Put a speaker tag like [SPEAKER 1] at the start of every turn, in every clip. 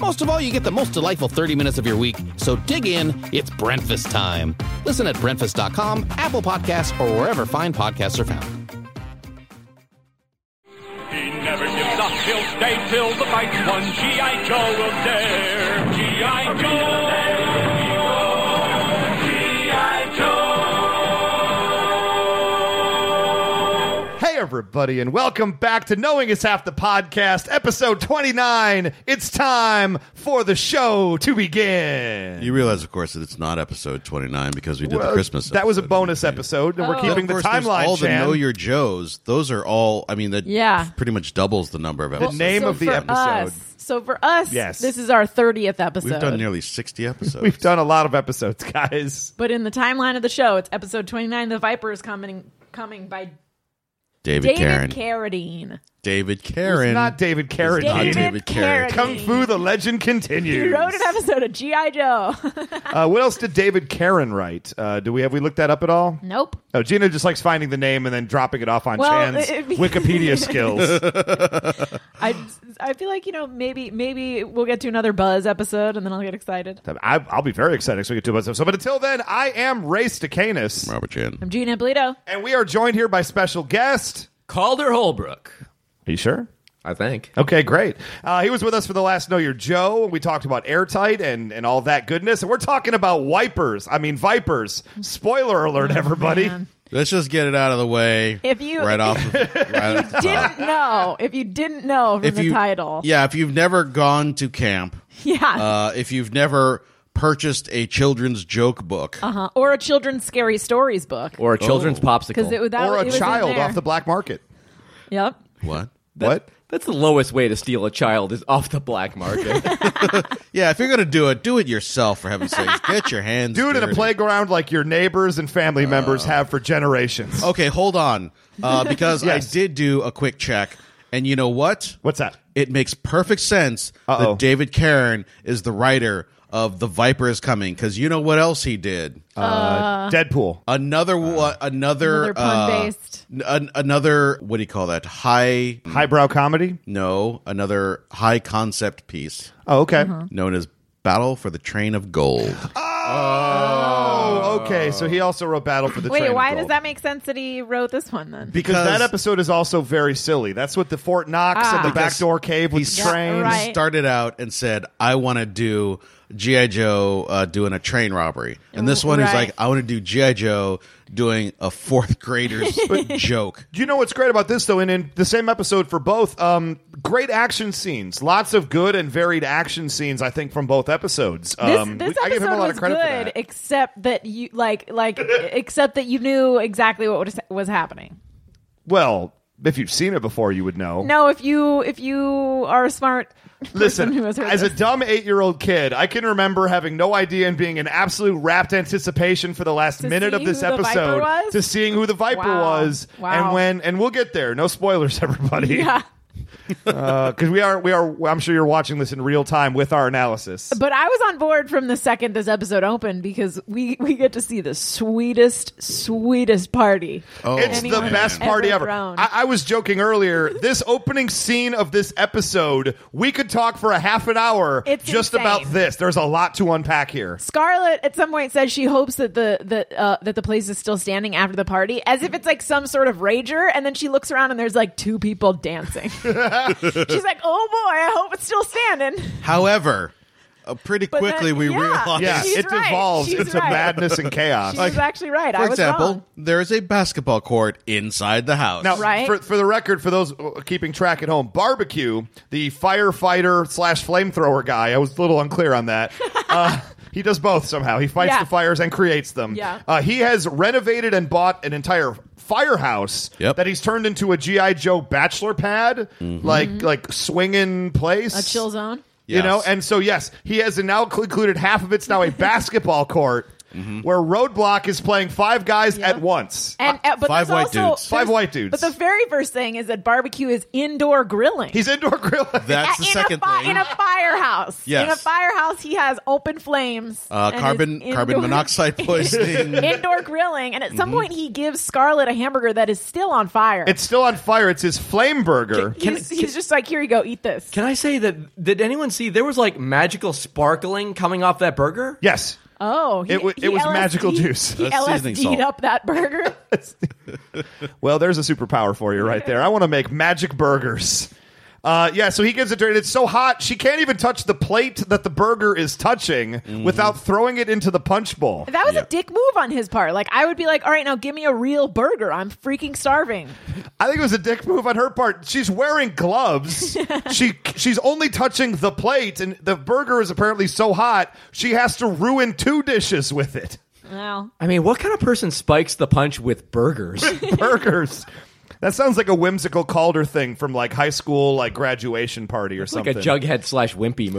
[SPEAKER 1] Most of all, you get the most delightful 30 minutes of your week. So dig in, it's breakfast time. Listen at breakfast.com, Apple Podcasts, or wherever fine podcasts are found.
[SPEAKER 2] He never gives up, he'll stay till the fight's won. G.I. Joe will dare. G.I. Joe.
[SPEAKER 3] Hey, everybody, and welcome back to Knowing Is Half the Podcast, episode 29. It's time for the show to begin.
[SPEAKER 4] You realize, of course, that it's not episode 29 because we did
[SPEAKER 3] Well,
[SPEAKER 4] the Christmas.
[SPEAKER 3] That was a
[SPEAKER 4] episode.
[SPEAKER 3] bonus episode, and
[SPEAKER 5] Oh.
[SPEAKER 3] we're
[SPEAKER 4] But of
[SPEAKER 3] keeping the
[SPEAKER 4] course, there's
[SPEAKER 3] timeline,
[SPEAKER 4] All
[SPEAKER 3] Shan.
[SPEAKER 4] the know your Joes. Those are all. I mean, that
[SPEAKER 5] Yeah.
[SPEAKER 4] pretty much doubles the number of episodes.
[SPEAKER 3] name of the
[SPEAKER 5] for
[SPEAKER 3] episode.
[SPEAKER 5] us- so for us,
[SPEAKER 3] Yes.
[SPEAKER 5] this is our 30th episode.
[SPEAKER 4] We've done nearly 60 episodes.
[SPEAKER 3] We've done a lot of episodes, guys.
[SPEAKER 5] but in the timeline of the show, it's episode 29, The Viper is coming coming by
[SPEAKER 4] David,
[SPEAKER 5] David
[SPEAKER 4] Karen.
[SPEAKER 5] Carradine.
[SPEAKER 4] David
[SPEAKER 3] It's
[SPEAKER 4] Karen.
[SPEAKER 3] not David
[SPEAKER 4] not
[SPEAKER 3] Carradine.
[SPEAKER 4] David Carradine.
[SPEAKER 3] Kung Fu, the legend
[SPEAKER 5] He
[SPEAKER 3] continues.
[SPEAKER 5] wrote an episode of G.I. Joe.
[SPEAKER 3] Uh, what else did David Karen write? Uh, do we have we looked that up at all?
[SPEAKER 5] nope.
[SPEAKER 3] Oh, Gina just likes finding the name and then dropping it off on
[SPEAKER 5] Well,
[SPEAKER 3] Chan's
[SPEAKER 5] it'd be-
[SPEAKER 3] Wikipedia skills.
[SPEAKER 5] I, I feel like, you know, maybe maybe we'll get to another Buzz episode and then I'll get excited.
[SPEAKER 3] I, I'll be very excited so we get to episodes. So, but until then, I am Ray Stacanus.
[SPEAKER 4] Robert Chan.
[SPEAKER 5] I'm Gina Polito.
[SPEAKER 3] And we are joined here by special guest.
[SPEAKER 6] Calder Holbrook,
[SPEAKER 3] Are you sure?
[SPEAKER 6] I think.
[SPEAKER 3] Okay, great. Uh, he was with us for the last Know Your Joe, and we talked about airtight and and all that goodness. And we're talking about wipers. I mean, vipers. Spoiler alert, everybody.
[SPEAKER 5] Oh, Man.
[SPEAKER 4] Let's just get it out of the way.
[SPEAKER 5] If you-
[SPEAKER 4] right off, of,
[SPEAKER 3] Uh,
[SPEAKER 4] right off the top.
[SPEAKER 5] Didn't know. If you didn't know from
[SPEAKER 4] If
[SPEAKER 5] the
[SPEAKER 4] you
[SPEAKER 5] title.
[SPEAKER 4] yeah, if you've never gone to camp,
[SPEAKER 5] Yeah.
[SPEAKER 4] uh, if you've never purchased a children's joke book,
[SPEAKER 3] Uh,
[SPEAKER 5] Uh-huh. Or a children's scary stories book.
[SPEAKER 6] Or a children's
[SPEAKER 5] Because
[SPEAKER 6] popsicle.
[SPEAKER 5] it was that
[SPEAKER 3] or
[SPEAKER 5] was- it
[SPEAKER 3] a
[SPEAKER 5] was in
[SPEAKER 3] child
[SPEAKER 5] there.
[SPEAKER 3] off the black market.
[SPEAKER 5] Yep.
[SPEAKER 4] what?
[SPEAKER 3] what?
[SPEAKER 6] That's the lowest way to steal a child is off the black market.
[SPEAKER 4] Yeah, if you're gonna do it, do it yourself. For heaven's sakes, get your hands.
[SPEAKER 3] Do it in a
[SPEAKER 4] dirty.
[SPEAKER 3] playground like your neighbors and family
[SPEAKER 6] Uh.
[SPEAKER 3] members have for generations.
[SPEAKER 5] Oh.
[SPEAKER 4] Okay, hold on, uh, because
[SPEAKER 3] Yes.
[SPEAKER 4] I did do a quick check, and you know what?
[SPEAKER 3] What's that?
[SPEAKER 4] It makes perfect sense
[SPEAKER 3] Uh-oh.
[SPEAKER 4] that David Karen is the writer of "The Viper Is Coming" because you know what else he did?
[SPEAKER 3] Uh,
[SPEAKER 5] Uh.
[SPEAKER 3] Deadpool.
[SPEAKER 4] another
[SPEAKER 3] uh,
[SPEAKER 4] wa- another
[SPEAKER 5] Another pun-based.
[SPEAKER 4] uh, an- another what do you call that? High
[SPEAKER 3] Highbrow comedy.
[SPEAKER 4] no, another high concept piece
[SPEAKER 3] Oh, okay.
[SPEAKER 5] Uh-huh.
[SPEAKER 4] known as "Battle for the Train of Gold."
[SPEAKER 3] Oh, okay. So he also wrote Battle for the Train
[SPEAKER 5] Wait,
[SPEAKER 3] of
[SPEAKER 5] why
[SPEAKER 3] Gold.
[SPEAKER 5] does that make sense that he wrote this one then?
[SPEAKER 3] Because that episode is also very silly. That's what the Fort Knox and the
[SPEAKER 4] Because
[SPEAKER 3] backdoor cave with the
[SPEAKER 4] he's-
[SPEAKER 3] train.
[SPEAKER 5] Ah. Yeah, right.
[SPEAKER 4] started out and said, "I want to do GI Joe uh, doing a train robbery," and this one is
[SPEAKER 5] Right.
[SPEAKER 4] like, "I want to do GI Joe doing a fourth grader's joke."
[SPEAKER 3] You know what's great about this though, and in the same episode for both, um, great action scenes, lots of good and varied action scenes. I think from both episodes.
[SPEAKER 5] This,
[SPEAKER 3] Um,
[SPEAKER 5] this
[SPEAKER 3] we-
[SPEAKER 5] episode
[SPEAKER 3] I give him a lot
[SPEAKER 5] was
[SPEAKER 3] of credit
[SPEAKER 5] good,
[SPEAKER 3] for that.
[SPEAKER 5] except that you like like except that you knew exactly what was, was happening.
[SPEAKER 3] Well, if you've seen it before, you would know.
[SPEAKER 5] No, if you if you are a smart person
[SPEAKER 3] Listen,
[SPEAKER 5] who has heard
[SPEAKER 3] as a
[SPEAKER 5] this.
[SPEAKER 3] dumb eight-year-old kid, I can remember having no idea and being in absolute rapt anticipation for the last
[SPEAKER 5] To
[SPEAKER 3] minute
[SPEAKER 5] see
[SPEAKER 3] of this
[SPEAKER 5] who the Viper
[SPEAKER 3] episode
[SPEAKER 5] was?
[SPEAKER 3] to seeing who the Viper
[SPEAKER 5] Wow.
[SPEAKER 3] was, and
[SPEAKER 5] Wow.
[SPEAKER 3] when, and we'll get there. No spoilers, everybody.
[SPEAKER 5] yeah.
[SPEAKER 3] because we are we are i'm sure you're watching this in real time with our analysis
[SPEAKER 5] But I was on board from the second this episode opened because we we get to see the sweetest sweetest party.
[SPEAKER 4] Oh,
[SPEAKER 3] it's the
[SPEAKER 5] Anyone
[SPEAKER 3] best
[SPEAKER 5] ever
[SPEAKER 3] party ever.
[SPEAKER 5] thrown.
[SPEAKER 3] I, I was joking earlier. This opening scene of this episode, we could talk for a half an hour
[SPEAKER 5] It's
[SPEAKER 3] just
[SPEAKER 5] insane.
[SPEAKER 3] about this. There's a lot to unpack here.
[SPEAKER 5] Scarlett at some point says she hopes that the that uh, that the place is still standing after the party, as if it's like some sort of rager. And then she looks around and there's like two people dancing. She's like, "Oh boy, I hope it's still standing."
[SPEAKER 4] However, uh, pretty
[SPEAKER 5] But then-
[SPEAKER 4] quickly we
[SPEAKER 5] yeah,
[SPEAKER 4] realized.
[SPEAKER 3] Yeah,
[SPEAKER 5] She's
[SPEAKER 3] it
[SPEAKER 5] right.
[SPEAKER 3] devolves
[SPEAKER 5] She's
[SPEAKER 3] into
[SPEAKER 5] right.
[SPEAKER 3] madness and chaos.
[SPEAKER 5] She was actually right. I
[SPEAKER 4] Uh, For
[SPEAKER 5] was
[SPEAKER 4] example,
[SPEAKER 5] wrong.
[SPEAKER 4] there is a basketball court inside the house.
[SPEAKER 3] Now,
[SPEAKER 5] Right.
[SPEAKER 3] for, for the record, for those uh, keeping track at home, barbecue, the firefighter slash flamethrower guy, I was a little unclear on that. uh, he does both somehow. He fights
[SPEAKER 5] Yeah.
[SPEAKER 3] the fires and creates them.
[SPEAKER 5] Yeah.
[SPEAKER 3] Uh, he has renovated and bought an entire firehouse
[SPEAKER 4] Yep. Mm-hmm.
[SPEAKER 3] that he's turned into a GI Joe bachelor pad, like like swinging place,
[SPEAKER 5] A chill
[SPEAKER 4] Uh,
[SPEAKER 5] zone.
[SPEAKER 3] You know,
[SPEAKER 4] Yes.
[SPEAKER 3] and so yes, he has now cl- included half of it's now a basketball court
[SPEAKER 4] Mm-hmm.
[SPEAKER 3] where Roadblock is playing five guys
[SPEAKER 5] Yeah.
[SPEAKER 3] at once.
[SPEAKER 5] And uh, but
[SPEAKER 4] Five
[SPEAKER 5] there's
[SPEAKER 4] white
[SPEAKER 5] also,
[SPEAKER 4] dudes.
[SPEAKER 3] Five
[SPEAKER 5] there's-
[SPEAKER 3] white dudes.
[SPEAKER 5] But the very first thing is that barbecue is indoor grilling.
[SPEAKER 3] He's indoor grilling.
[SPEAKER 4] That's
[SPEAKER 5] Uh,
[SPEAKER 4] the
[SPEAKER 5] in
[SPEAKER 4] second
[SPEAKER 5] a fi-
[SPEAKER 4] thing.
[SPEAKER 5] in a firehouse.
[SPEAKER 4] Yes.
[SPEAKER 5] in a firehouse, he has open flames,
[SPEAKER 4] uh,
[SPEAKER 5] and is
[SPEAKER 4] carbon carbon
[SPEAKER 5] indoor-
[SPEAKER 4] monoxide poisoning.
[SPEAKER 5] indoor grilling, and at some point he gives Scarlett a hamburger that is still on fire.
[SPEAKER 3] Mm-hmm. It's still on fire. It's his flame burger.
[SPEAKER 5] he's, he's just like, here you go, eat this.
[SPEAKER 6] Can I say that? Did anyone see there was like magical sparkling coming off that burger?
[SPEAKER 3] yes.
[SPEAKER 5] Oh, he,
[SPEAKER 3] It wa-
[SPEAKER 5] he
[SPEAKER 3] it was magical juice.
[SPEAKER 5] He
[SPEAKER 4] That's seasoning
[SPEAKER 5] LSD'd
[SPEAKER 4] salt.
[SPEAKER 5] up that burger.
[SPEAKER 3] Well, there's a superpower for you right there. I want to make magic burgers. Uh, yeah, so he gives it to her, and it's so hot she can't even touch the plate that the burger is touching without throwing it into the punch bowl.
[SPEAKER 5] That was a dick move on his part. Like I would be like, all right, now give me a real burger. I'm freaking starving.
[SPEAKER 3] I think it was a dick move on her part. She's wearing gloves. she she's only touching the plate, and the burger is apparently so hot she has to ruin two dishes with it.
[SPEAKER 5] Well,
[SPEAKER 6] I mean, what kind of person spikes the punch with burgers?
[SPEAKER 3] burgers. That sounds like a whimsical Calder thing from like high school, like graduation party or
[SPEAKER 6] like
[SPEAKER 3] something.
[SPEAKER 6] a jughead slash wimpy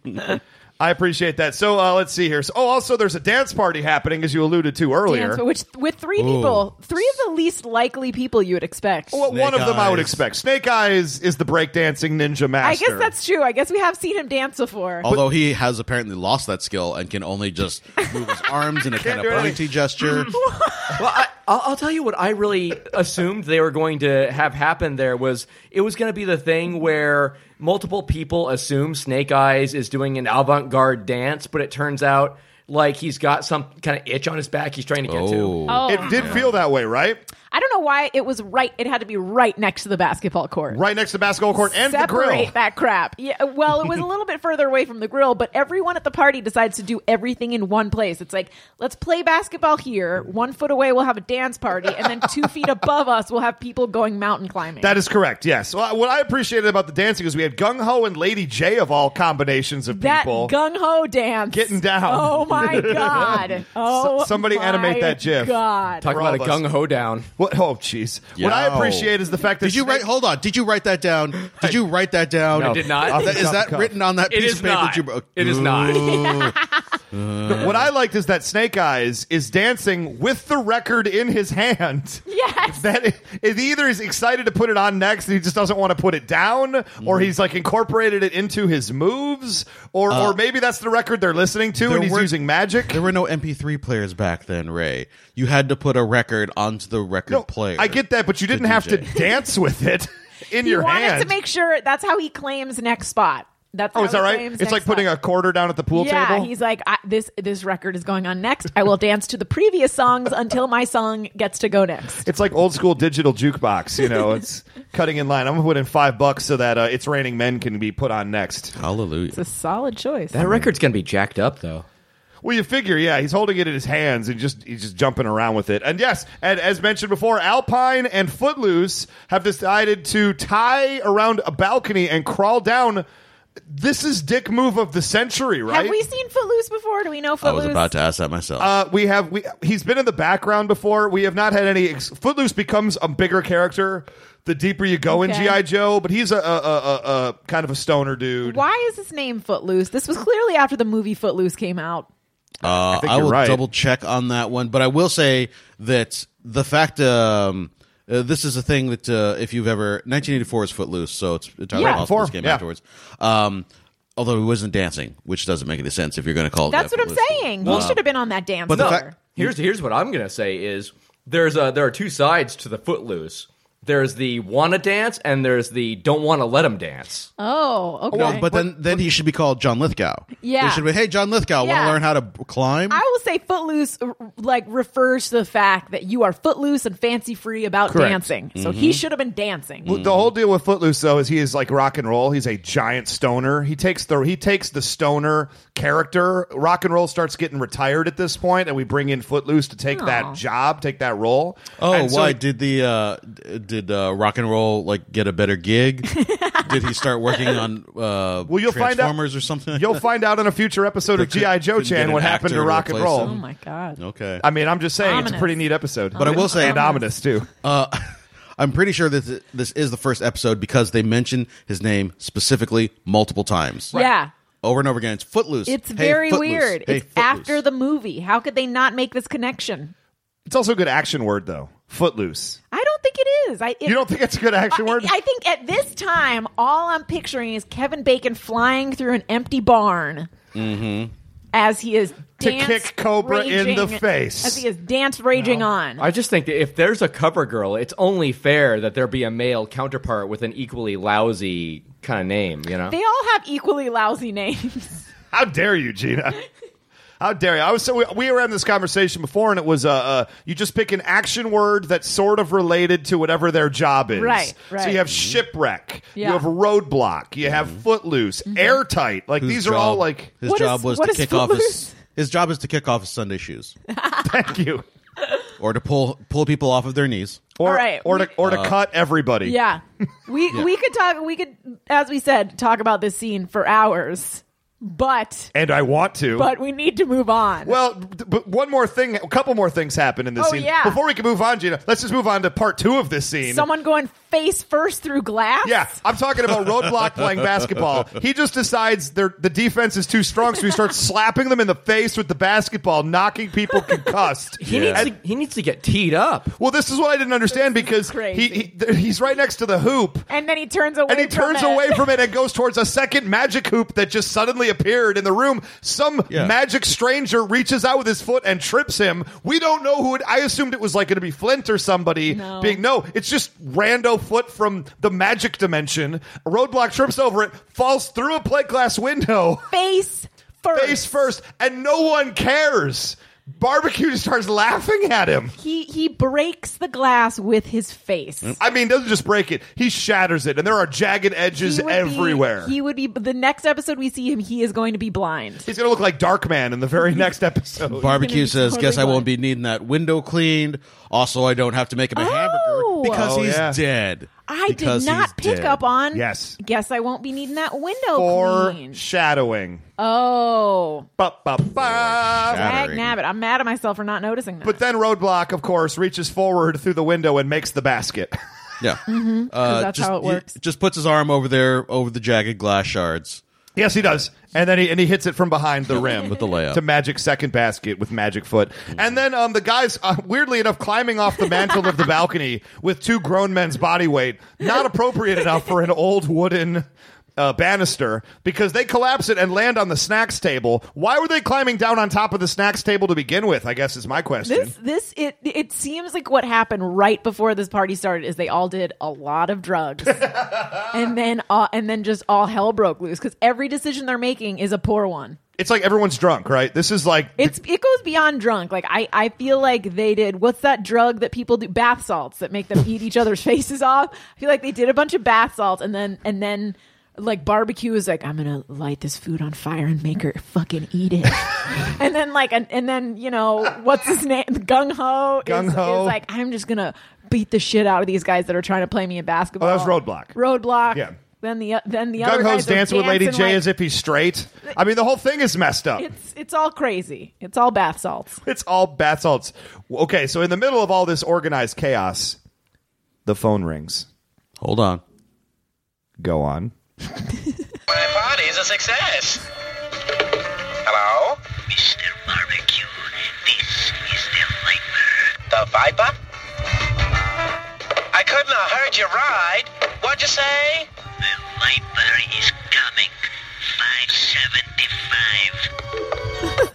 [SPEAKER 6] move.
[SPEAKER 3] I appreciate that. So uh, let's see here. So, oh, also there's a dance party happening, as you alluded to earlier.
[SPEAKER 5] dance, but which with three people, three of the least likely people you would expect.
[SPEAKER 3] Well,
[SPEAKER 4] Snake
[SPEAKER 3] one of them I would
[SPEAKER 4] Eyes.
[SPEAKER 3] expect. Snake Eyes is the breakdancing ninja
[SPEAKER 5] I
[SPEAKER 3] master.
[SPEAKER 5] guess that's true. I guess we have seen him dance before.
[SPEAKER 3] Oh.
[SPEAKER 4] Although he has apparently lost that skill and can only just move his arms in a kind of
[SPEAKER 3] do anything.
[SPEAKER 4] pointy gesture.
[SPEAKER 6] well, I, I'll, I'll tell you what I really assumed they were going to have happen there was it was going to be the thing where multiple people assume Snake Eyes is doing an avant garde dance, but it turns out like he's got some kind of itch on his back he's trying to get to.
[SPEAKER 4] Oh,
[SPEAKER 3] It did feel that way, right?
[SPEAKER 5] I don't know why it was right. It had to be right next to the basketball court.
[SPEAKER 3] Right next to the basketball court and
[SPEAKER 5] Separate
[SPEAKER 3] the grill.
[SPEAKER 5] that crap. Yeah, well, it was a little bit further away from the grill, but everyone at the party decides to do everything in one place. It's like, let's play basketball here. One foot away, we'll have a dance party, and then two feet above us, we'll have people going mountain climbing.
[SPEAKER 3] That is correct. Yes. Well, what I appreciated about the dancing is we had Gung Ho and Lady J of all combinations of
[SPEAKER 5] that
[SPEAKER 3] people.
[SPEAKER 5] gung ho dance
[SPEAKER 3] Getting down.
[SPEAKER 5] Oh my god! Oh,
[SPEAKER 3] S- somebody
[SPEAKER 5] my
[SPEAKER 3] animate that gif.
[SPEAKER 5] God,
[SPEAKER 6] Talk
[SPEAKER 3] for
[SPEAKER 6] about a
[SPEAKER 3] all of us.
[SPEAKER 6] gung ho down.
[SPEAKER 3] what? Oh, jeez. What I
[SPEAKER 4] Yo.
[SPEAKER 3] appreciate is the fact that
[SPEAKER 4] Did you
[SPEAKER 3] Snake-
[SPEAKER 4] write? Hold on. Did you write that down? Did you write that down? Uh,
[SPEAKER 6] I did not.
[SPEAKER 4] Is that- is that
[SPEAKER 3] Cup.
[SPEAKER 4] written on that
[SPEAKER 6] It
[SPEAKER 4] piece
[SPEAKER 6] is
[SPEAKER 4] of paper?
[SPEAKER 6] not.
[SPEAKER 4] you-
[SPEAKER 6] It is not.
[SPEAKER 4] Ooh.
[SPEAKER 3] What I liked is that Snake Eyes is dancing with the record in his hand.
[SPEAKER 5] Yes.
[SPEAKER 3] That it, it either he's excited to put it on next and he just doesn't want to put it down, or he's like incorporated it into his moves, or or maybe that's the record they're listening to
[SPEAKER 4] Uh, there
[SPEAKER 3] and he's
[SPEAKER 4] were-
[SPEAKER 3] using magic.
[SPEAKER 4] There were no MP3 players back then, Ray. You had to put a record onto the record
[SPEAKER 3] No,
[SPEAKER 4] player.
[SPEAKER 3] I get that, but you didn't
[SPEAKER 4] The
[SPEAKER 3] have to
[SPEAKER 4] DJ.
[SPEAKER 3] dance with it in
[SPEAKER 5] he
[SPEAKER 3] your
[SPEAKER 5] wanted
[SPEAKER 3] hand.
[SPEAKER 5] to make sure that's how he claims next spot. That's
[SPEAKER 3] oh,
[SPEAKER 5] how
[SPEAKER 3] is that
[SPEAKER 5] he
[SPEAKER 3] right?
[SPEAKER 5] claims
[SPEAKER 3] It's like
[SPEAKER 5] next
[SPEAKER 3] putting
[SPEAKER 5] spot.
[SPEAKER 3] a quarter down at the pool
[SPEAKER 5] yeah,
[SPEAKER 3] table.
[SPEAKER 5] he's like I, this. This record is going on next. I will dance to the previous songs until my song gets to go next.
[SPEAKER 3] It's like old school digital jukebox, you know. It's cutting in line. I'm gonna put in five bucks so that uh, "It's Raining Men" can be put on next.
[SPEAKER 4] Hallelujah.
[SPEAKER 5] It's a solid choice.
[SPEAKER 6] That record's going to be jacked up though.
[SPEAKER 3] Well, you figure, yeah, he's holding it in his hands and just he's just jumping around with it. And yes, and as mentioned before, Alpine and Footloose have decided to tie around a balcony and crawl down. This is dick move of the century, right?
[SPEAKER 5] Have we seen Footloose before? Do we know
[SPEAKER 4] I
[SPEAKER 5] Footloose?
[SPEAKER 4] was about to ask that myself.
[SPEAKER 3] Uh, we have we he's been in the background before. We have not had any. Ex- Footloose becomes a bigger character the deeper you go in
[SPEAKER 5] Okay.
[SPEAKER 3] GI Joe, but he's a, a, a, a, a kind of a stoner dude.
[SPEAKER 5] Why is his name Footloose? This was clearly after the movie Footloose came out.
[SPEAKER 4] Uh, I,
[SPEAKER 3] you're
[SPEAKER 4] will
[SPEAKER 3] right.
[SPEAKER 4] double check on that one, but I will say that the fact um, uh, this is a thing that uh, if you've ever 1984 is Footloose, so it's entirely
[SPEAKER 5] Yeah,
[SPEAKER 4] possible this
[SPEAKER 3] before,
[SPEAKER 4] came
[SPEAKER 3] yeah.
[SPEAKER 4] afterwards. Um, although he wasn't dancing, which doesn't make any sense if you're going to call. it
[SPEAKER 5] That's
[SPEAKER 4] that
[SPEAKER 5] what I'm
[SPEAKER 4] Footloose.
[SPEAKER 5] saying.
[SPEAKER 4] Uh,
[SPEAKER 5] he should have been on that dance
[SPEAKER 4] but the
[SPEAKER 5] floor.
[SPEAKER 4] fact-
[SPEAKER 6] Here's here's what I'm gonna say is there's a there are two sides to the footloose. There's the wanna dance and there's the don't want to let them dance.
[SPEAKER 5] Oh, okay.
[SPEAKER 4] No, but then then he should be called John Lithgow.
[SPEAKER 5] Yeah.
[SPEAKER 4] They should be, hey, John Lithgow, want
[SPEAKER 5] Yeah.
[SPEAKER 4] to learn how to b- climb?
[SPEAKER 5] I will say footloose uh, like refers to the fact that you are footloose and fancy free about
[SPEAKER 3] Correct.
[SPEAKER 5] dancing. So he
[SPEAKER 4] Mm-hmm.
[SPEAKER 5] should have been dancing.
[SPEAKER 3] The whole deal with Footloose though is he is like rock and roll. He's a giant stoner. He takes the he takes the stoner character. Rock and roll starts getting retired at this point, and we bring in Footloose to take
[SPEAKER 5] Aw.
[SPEAKER 3] that job, take that role.
[SPEAKER 4] oh,
[SPEAKER 3] And so
[SPEAKER 4] why
[SPEAKER 3] he-
[SPEAKER 4] did the uh, d- did uh, rock and roll like get a better gig? did he start working on uh,
[SPEAKER 3] Well, you'll find out-
[SPEAKER 4] Transformers or something?
[SPEAKER 3] You'll find out in a future episode of GI
[SPEAKER 4] They couldn't-
[SPEAKER 3] Joe
[SPEAKER 4] couldn't get
[SPEAKER 3] Chan
[SPEAKER 4] an
[SPEAKER 3] what happened
[SPEAKER 4] actor
[SPEAKER 3] to
[SPEAKER 4] to
[SPEAKER 3] rock and
[SPEAKER 4] replace
[SPEAKER 3] roll.
[SPEAKER 4] him.
[SPEAKER 5] Oh my god.
[SPEAKER 4] okay.
[SPEAKER 3] I mean, I'm just saying it's a
[SPEAKER 5] Ominous.
[SPEAKER 3] pretty neat episode.
[SPEAKER 4] But I will say-
[SPEAKER 3] and ominous too.
[SPEAKER 4] Uh, I'm pretty sure that th- this is the first episode because they mention his name specifically multiple times.
[SPEAKER 5] Yeah.
[SPEAKER 4] Over and over again. It's Footloose.
[SPEAKER 5] It's
[SPEAKER 4] Hey,
[SPEAKER 5] very
[SPEAKER 4] Footloose.
[SPEAKER 5] weird.
[SPEAKER 4] Hey,
[SPEAKER 5] it's
[SPEAKER 4] Footloose.
[SPEAKER 5] after the movie. How could they not make this connection?
[SPEAKER 3] It's also a good action word though. Footloose.
[SPEAKER 5] I don't think it is. I it,
[SPEAKER 3] You don't think it's a good action word?
[SPEAKER 5] I, I think at this time, all I'm picturing is Kevin Bacon flying through an empty barn as he is dance
[SPEAKER 3] Mm-hmm. kick Cobra in
[SPEAKER 5] raging-
[SPEAKER 3] the face.
[SPEAKER 5] As he is dance raging on.
[SPEAKER 6] I just think that if there's a cover girl, it's only fair that there be a male counterpart with an equally lousy kind of name, you know?
[SPEAKER 5] they all have equally lousy names.
[SPEAKER 3] How dare you, Gina? How dare you? I was so we, we were having this conversation before, and it was uh, uh, you just pick an action word that's sort of related to whatever their job is.
[SPEAKER 5] Right,
[SPEAKER 3] So
[SPEAKER 5] right.
[SPEAKER 3] you have shipwreck,
[SPEAKER 5] Yeah. Mm-hmm.
[SPEAKER 3] you have roadblock, you have footloose, airtight. Like
[SPEAKER 4] Mm-hmm. Whose
[SPEAKER 3] these are all
[SPEAKER 4] job-
[SPEAKER 3] like
[SPEAKER 4] his
[SPEAKER 5] What
[SPEAKER 4] job
[SPEAKER 5] is-
[SPEAKER 4] was
[SPEAKER 5] what
[SPEAKER 4] to
[SPEAKER 5] is
[SPEAKER 4] kick off
[SPEAKER 5] Footloose?
[SPEAKER 4] his his job is to kick off his Sunday shoes
[SPEAKER 3] thank you,
[SPEAKER 4] or to pull pull people off of their knees.
[SPEAKER 3] or
[SPEAKER 5] All right,
[SPEAKER 3] or
[SPEAKER 5] we-
[SPEAKER 3] to or
[SPEAKER 4] Uh.
[SPEAKER 3] to cut everybody.
[SPEAKER 5] Yeah. We we could talk we could as we said talk about this scene for hours. But
[SPEAKER 3] And I want to.
[SPEAKER 5] but we need to move on.
[SPEAKER 3] well, d- but one more thing, a couple more things happened in this
[SPEAKER 5] Oh,
[SPEAKER 3] scene.
[SPEAKER 5] yeah.
[SPEAKER 3] Before we can move on, Gina, let's just move on to part two of this scene.
[SPEAKER 5] Someone going face first through glass?
[SPEAKER 3] Yeah, I'm talking about Roadblock playing basketball. He just decides they're- the defense is too strong, so he starts slapping them in the face with the basketball, knocking people concussed.
[SPEAKER 6] he, needs to, he needs to get teed up.
[SPEAKER 3] well, this is what I didn't understand because he,
[SPEAKER 5] crazy.
[SPEAKER 3] he th- he's right next to the hoop.
[SPEAKER 5] And then he turns away
[SPEAKER 3] And he
[SPEAKER 5] from
[SPEAKER 3] turns
[SPEAKER 5] it.
[SPEAKER 3] away from it and goes towards a second magic hoop that just suddenly appeared in the room. Some
[SPEAKER 4] Yeah.
[SPEAKER 3] magic stranger reaches out with his foot and trips him. We don't know who it. I assumed it was like going to be Flint or somebody.
[SPEAKER 5] No.
[SPEAKER 3] Being no, it's just rando foot from the magic dimension. A roadblock trips over it, falls through a plate glass window,
[SPEAKER 5] face first.
[SPEAKER 3] face first, and no one cares. Barbecue just starts laughing at him.
[SPEAKER 5] He he breaks the glass with his face.
[SPEAKER 3] I mean, doesn't just break it; he shatters it, and there are jagged
[SPEAKER 5] He
[SPEAKER 3] edges
[SPEAKER 5] would be-
[SPEAKER 3] everywhere.
[SPEAKER 5] he would be the next episode we see him, he is going to be blind.
[SPEAKER 3] He's gonna look like Darkman in the very next episode.
[SPEAKER 4] Barbecue
[SPEAKER 5] be
[SPEAKER 4] says, "Guess
[SPEAKER 5] totally
[SPEAKER 4] I won't be
[SPEAKER 5] blind."
[SPEAKER 4] needing that window cleaned. Also, I don't have to make him a
[SPEAKER 5] Oh.
[SPEAKER 4] hamburger because
[SPEAKER 3] Oh,
[SPEAKER 4] he's
[SPEAKER 3] yeah.
[SPEAKER 4] dead.
[SPEAKER 5] I did
[SPEAKER 4] Because
[SPEAKER 5] not
[SPEAKER 4] he's
[SPEAKER 5] pick
[SPEAKER 4] dead.
[SPEAKER 5] up on
[SPEAKER 3] Yes.
[SPEAKER 5] Guess I won't be needing that window cleaned.
[SPEAKER 3] foreshadowing.
[SPEAKER 5] Oh.
[SPEAKER 3] Ba, ba, ba.
[SPEAKER 5] Dag
[SPEAKER 4] Shattering.
[SPEAKER 5] nabbit. I'm mad at myself for not noticing that.
[SPEAKER 3] But then Roadblock, of course, reaches forward through the window and makes the basket.
[SPEAKER 4] Yeah, uh,
[SPEAKER 5] Mm-hmm. that's
[SPEAKER 4] just,
[SPEAKER 5] how it
[SPEAKER 4] he
[SPEAKER 5] works.
[SPEAKER 4] just puts his arm over there over the jagged glass shards.
[SPEAKER 3] yes, he does. And then he and he hits it from behind the rim
[SPEAKER 4] With the layup.
[SPEAKER 3] to Magic second basket with Magic foot. And then um, the guys, uh, weirdly enough, climbing off the mantle of the balcony with two grown men's body weight, not appropriate enough for an old wooden. Uh, banister because they collapse it and land on the snacks table. Why were they climbing down on top of the snacks table to begin with? I guess is my question.
[SPEAKER 5] this this it it seems like what happened right before this party started is they all did a lot of drugs. and then uh, and then just all hell broke loose cuz every decision they're making is a poor one.
[SPEAKER 3] It's like everyone's drunk, right? This is like
[SPEAKER 5] It's it goes beyond drunk. Like I I feel like they did what's that drug that people do bath salts that make them eat each other's faces off. I feel like they did a bunch of bath salts and then and then like barbecue is like I'm gonna light this food on fire and make her fucking eat it. and then like and, and then you know what's his name Gung Ho is-
[SPEAKER 3] Gung Ho.
[SPEAKER 5] is like I'm just gonna beat the shit out of these guys that are trying to play me in basketball.
[SPEAKER 3] Oh, was Roadblock.
[SPEAKER 5] Roadblock.
[SPEAKER 3] Yeah.
[SPEAKER 5] Then the then the other
[SPEAKER 3] Gung Ho's
[SPEAKER 5] guys are
[SPEAKER 3] dancing with Lady
[SPEAKER 5] dancing
[SPEAKER 3] J
[SPEAKER 5] like-
[SPEAKER 3] as if he's straight. I mean, the whole thing is messed up. It's,
[SPEAKER 5] it's it's all crazy. It's all bath salts.
[SPEAKER 3] all bath salts. Okay, so in the middle of all this organized chaos, the phone rings.
[SPEAKER 4] Hold on.
[SPEAKER 3] Go on.
[SPEAKER 7] My party's a success. Hello?
[SPEAKER 8] Mr. Barbecue, this is the Viper.
[SPEAKER 7] The Viper? I couldn't have heard you right. What'd you say?
[SPEAKER 8] The Viper is coming.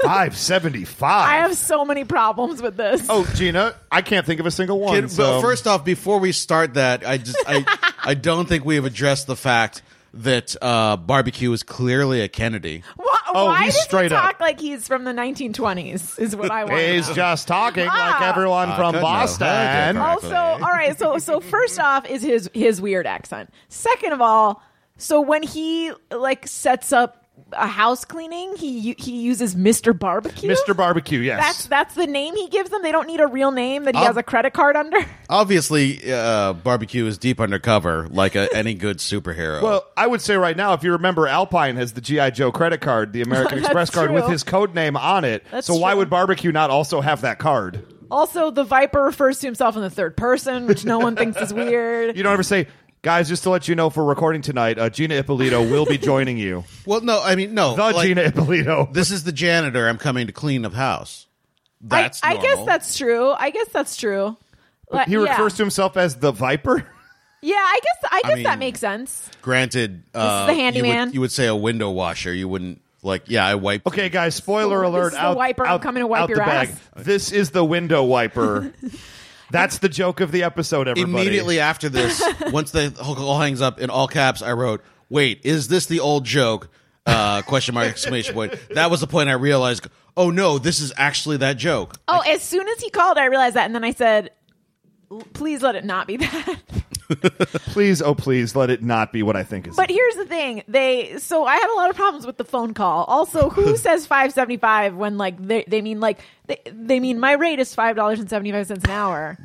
[SPEAKER 8] 575.
[SPEAKER 3] Five seventy five.
[SPEAKER 5] I have so many problems with this.
[SPEAKER 3] Oh, Gina, I can't think of a single one.
[SPEAKER 4] Kid- but
[SPEAKER 3] so-
[SPEAKER 4] first off, before we start that, I just I I don't think we have addressed the fact that uh, barbecue is clearly a Kennedy.
[SPEAKER 5] Wh-
[SPEAKER 3] Oh,
[SPEAKER 5] why
[SPEAKER 3] he's
[SPEAKER 5] does he
[SPEAKER 3] straight up.
[SPEAKER 5] talk like he's from the 1920s? Is what I want.
[SPEAKER 3] he's just talking like
[SPEAKER 5] Ah. Oh,
[SPEAKER 3] everyone from
[SPEAKER 4] couldn't have heard
[SPEAKER 3] Boston.
[SPEAKER 4] different.
[SPEAKER 5] also, all right. So, so first off is his his weird accent. Second of all, so when he like sets up a house cleaning, he he uses Mister Barbecue.
[SPEAKER 3] Mr. Barbecue, yes.
[SPEAKER 5] That's that's the name he gives them. They don't need a real name that he
[SPEAKER 3] Um,
[SPEAKER 4] I'll-
[SPEAKER 5] has a credit card under.
[SPEAKER 4] Obviously, uh, barbecue is deep undercover, like a, any good superhero.
[SPEAKER 3] well, I would say right now, if you remember, Alpine has the GI Joe credit card, the American
[SPEAKER 5] That's
[SPEAKER 3] Express card with
[SPEAKER 5] true.
[SPEAKER 3] his code name on it.
[SPEAKER 5] That's
[SPEAKER 3] so why
[SPEAKER 5] true.
[SPEAKER 3] would Barbecue not also have that card?
[SPEAKER 5] Also, the Viper refers to himself in the third person, which no one thinks is weird.
[SPEAKER 3] You don't ever say, guys. Just to let you know, for recording tonight, uh, Gina Ippolito will be joining you.
[SPEAKER 4] well, no, I mean no.
[SPEAKER 3] The
[SPEAKER 4] like,
[SPEAKER 3] Gina Ippolito.
[SPEAKER 4] This is the janitor. I'm coming to clean up house.
[SPEAKER 5] I-
[SPEAKER 4] That's
[SPEAKER 5] I, guess
[SPEAKER 4] normal.
[SPEAKER 5] that's true. I guess that's true. Like,
[SPEAKER 3] He
[SPEAKER 5] yeah.
[SPEAKER 3] refers to himself as the Viper.
[SPEAKER 5] Yeah, I guess I guess
[SPEAKER 4] mean-
[SPEAKER 5] that makes sense.
[SPEAKER 4] granted. Uh,
[SPEAKER 5] the
[SPEAKER 4] You
[SPEAKER 5] handyman.
[SPEAKER 4] would, you would say a window washer. You wouldn't like. Yeah, I wipe.
[SPEAKER 3] Okay, guys. Spoiler
[SPEAKER 5] This
[SPEAKER 3] alert!
[SPEAKER 5] is the
[SPEAKER 3] out,
[SPEAKER 5] wiper. I'm
[SPEAKER 3] out-
[SPEAKER 5] coming to wipe
[SPEAKER 3] out
[SPEAKER 5] your
[SPEAKER 3] the bag.
[SPEAKER 5] ass.
[SPEAKER 3] This is the window wiper. That's the joke of the episode. Everybody.
[SPEAKER 4] Immediately after this, once the whole all hangs up in all caps, I wrote, "Wait, is this the old joke?" Uh, question mark exclamation point. That was the point I realized. Oh no, this is actually that joke.
[SPEAKER 5] Oh, as soon as he called, I realized that, and then I said, "L- "Please let it not be that."
[SPEAKER 3] please, oh please, let it not be what I think is.
[SPEAKER 5] But here's the thing: they so I had a lot of problems with the phone call. Also, who says five seventy five when like they, they mean like they, they mean my rate is five dollars and seventy five cents an hour.